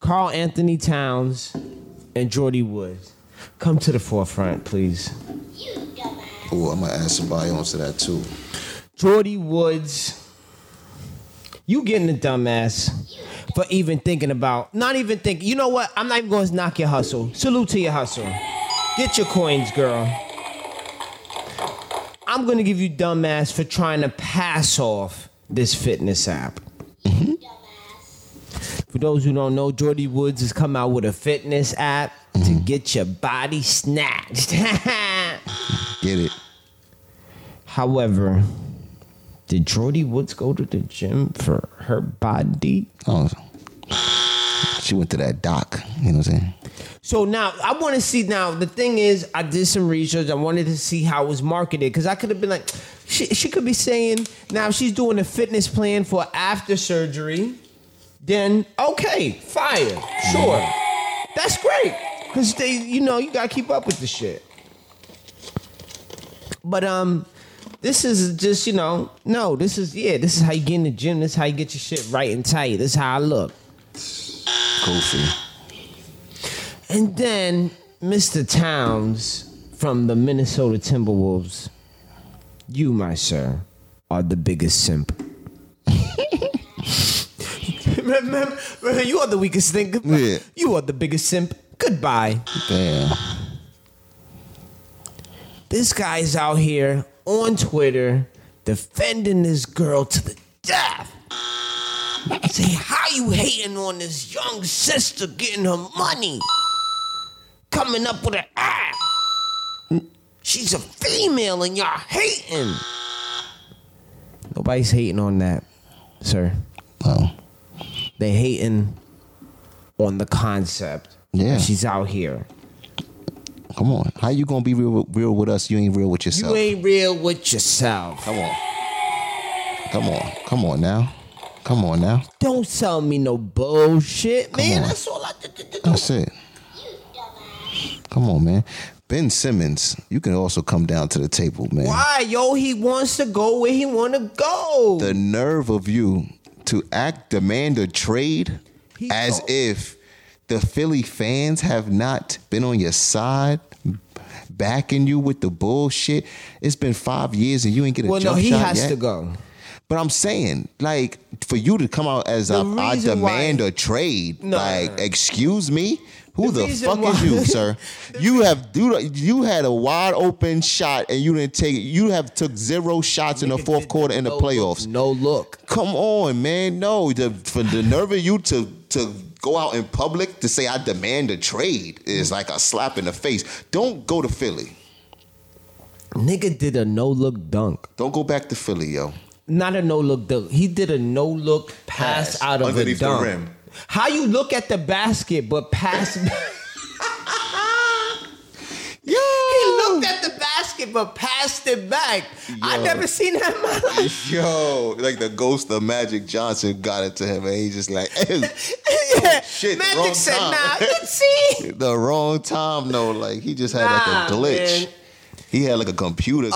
Carl Anthony Towns and Jordy Woods. Come to the forefront, please. Oh, I'm gonna add somebody onto that too. Jordy Woods, you getting a dumbass for even thinking about, not even thinking. You know what? I'm not even going to knock your hustle. Salute to your hustle. Get your coins, girl. I'm going to give you dumbass for trying to pass off this fitness app. For those who don't know, Jordy Woods has come out with a fitness app to get your body snatched. *laughs* Get it? However, did Jody Woods go to the gym for her body? Oh, she went to that doc. You know what I'm saying? So now I want to see. Now the thing is, I did some research. I wanted to see how it was marketed because I could have been like, she, she could be saying now if she's doing a fitness plan for after surgery. Then okay, fire, sure, that's great because they, you know, you gotta keep up with the shit. But um, this is just you know, no, this is yeah, this is how you get in the gym. This is how you get your shit right and tight. This is how I look. Kofi. And then Mr. Towns from the Minnesota Timberwolves, you, my sir, are the biggest simp. *laughs* Remember, remember, you are the weakest thing. Goodbye. Yeah. You are the biggest simp. Goodbye. Damn. This guy's out here on Twitter defending this girl to the death. Say, how you hating on this young sister getting her money? Coming up with an app. She's a female and y'all hating. Nobody's hating on that, sir. Oh, They hating on the concept. Yeah. She's out here. come on. How you gonna be real, real with us? You ain't real with You yourself. ain't real with yourself. Come on. Come on. Come on now. Come on now. Don't sell me no bullshit, man. on. That's all I did. did- did- That's it. Come on, man. Ben Simmons, you can also come down to the table, man. Why, yo? He wants to go where he want to go. The nerve of you to act, demand a trade He as go- if the Philly fans have not been on your side, backing you with the bullshit. It's been five years and you ain't get a well, no, jump he shot has yet. to go. But I'm saying, like, for you to come out as The a, I reason why- demand a trade, No, like, no, no. excuse me, who The the, reason fuck why- is *laughs* you, sir? you have you, you had a wide open shot and you didn't take it. You have took zero shots in the fourth quarter in the No playoffs. look, No look. Come on, man. No, the, for the nerve of you to to go out in public to say I demand a trade is like a slap in the face. Don't go to Philly. Nigga did a no look dunk. Don't go back to Philly, yo. Not a no look dunk. He did a no look pass, Pass out of a underneath the dunk. rim. How you look at the basket but pass? *laughs* but passed it back. I never seen that *laughs* in my Oh, *laughs* life. Yo, like the ghost of Magic Johnson got it to him, and he just like, *laughs* "Ew, yeah. shit, Magic wrong said, time. *laughs* "Nah, let's see." the wrong time though. Like he just had like a Nah, glitch. man. He had like a computer glitch.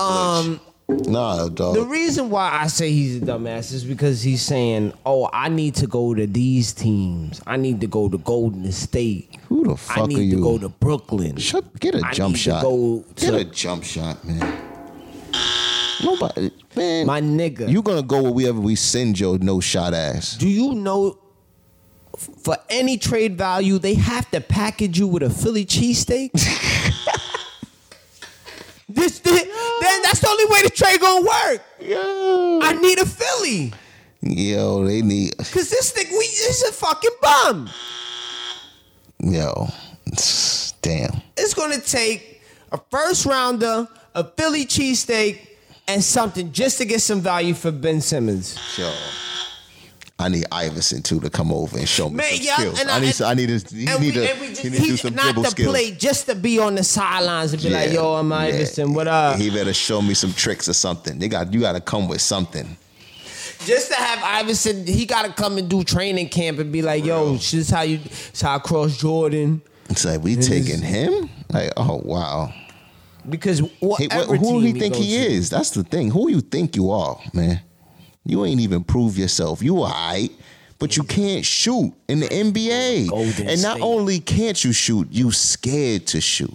Um, nah, dog. The reason why I say he's a dumbass is because he's saying, "Oh, I need to go to these teams. I need to go to Golden State. Who the fuck I are need you? to go to Brooklyn. Shut, get a I jump need to shot. go get to- a jump shot, man. Nobody, man. My nigga, you gonna go where we ever we send your no shot ass. do you know?" f- For any trade value, they have to package you with a Philly *laughs* cheesesteak. this, this then that's the only way the trade gonna work. Yo, I need a Philly. yo, they need Cause this thing we is a fucking bum. yo. *sighs* Damn. It's gonna take a first rounder, a Philly cheesesteak, and something just to get some value for Ben Simmons. Yo. I need Iverson too to come over and show me Man, some yeah, skills. and I, I- need, I need, to, he And need, we- to, and we just- he need to do he- some not dribble to skills. play, just to be on the sidelines and be like, "Yo, I'm yeah. Iverson. What up?" He better show me some tricks or something. They got you got to come with something. just to have Iverson, he gotta come and do training camp and be like, "Yo, this is how you, this is how I cross Jordan." It's like we taking him. Like oh wow. Because Hey, whatever wh- who team do you think go he to- is? That's the thing. Who you think you are, man? You ain't even prove yourself. You alright, but you can't shoot in the NBA. Golden and not State. only can't you shoot, you scared to shoot.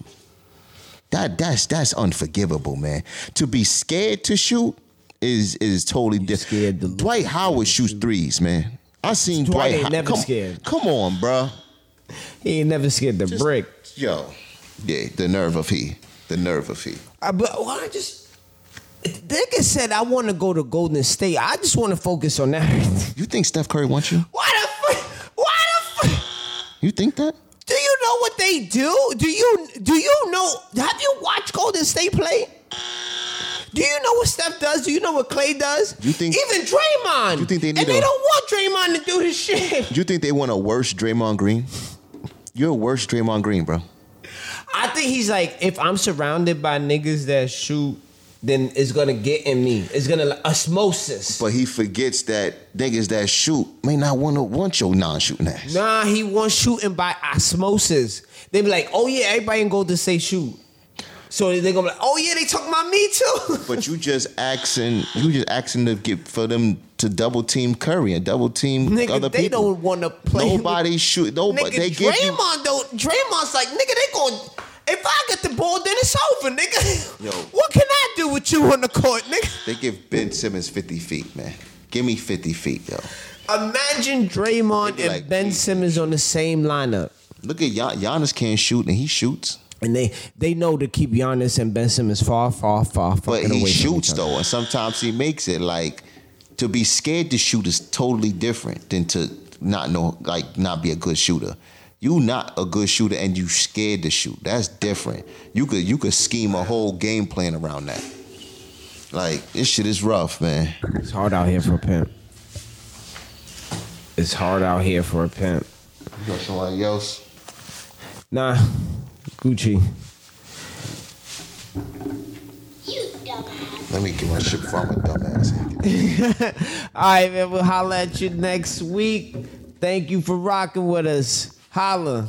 That that's that's unforgivable, man. To be scared to shoot is is totally scared to different. look. Dwight Howard shoots threes, man. I seen Dwight Dwight. ain't Ho- never come, scared. Come on, bruh. He ain't never scared the brick. Yo, yeah, the nerve of he, the nerve of he. I, but well, I just nigga said I want to go to Golden State. I just want to focus on that. *laughs* You think Steph Curry wants you? why the fuck? Why the fuck? You think that? Do you know what they do? Do you do you know? Have you watched Golden State play? Do you know what Steph does? Do you know what Clay does? You think- even Draymond? You think they need and they a- don't want Draymond to do his shit. Do you think they want a worse Draymond Green? You're a worse Draymond Green, bro. I think he's like, if I'm surrounded by niggas that shoot, then it's gonna get in me. It's gonna like, osmosis. But he forgets that niggas that shoot may not want to want your non-shooting ass. Nah, he wants shooting by osmosis. They be like, oh yeah, everybody in Golden State shoot. So they gonna be like, oh yeah, they talking about me too. *laughs* But you just asking, you just asking to get for them to double team Curry and double team Nigga, other they people. don't want to play. with- Nobody shoot. Nobody. Nigga, they give you. Draymond though. Draymond's like, nigga, they going. If I get the ball, then it's over, nigga. Yo. *laughs* What can I do with you on the court, nigga? They give Ben Simmons 50 feet, man. Give me 50 feet, yo. Imagine Draymond They be and like, Ben "Please." Simmons on the same lineup, Look at Gian- Giannis can't shoot and he shoots. and they they know to keep Giannis and Ben Simmons far, far, far, far But he away shoots from each other. though, and sometimes he makes it. Like to be scared to shoot is totally different than to not know, like not be a good shooter. You not a good shooter and you scared to shoot. That's different. You could you could scheme a whole game plan around that. Like this shit is rough, man. It's hard out here for a pimp. It's hard out here for a pimp. You got somebody else? Nah, Gucci. You dumbass. Let me get my shit from a dumbass. *laughs* All right, man. We'll holla at you next week. Thank you for rocking with us. Holla.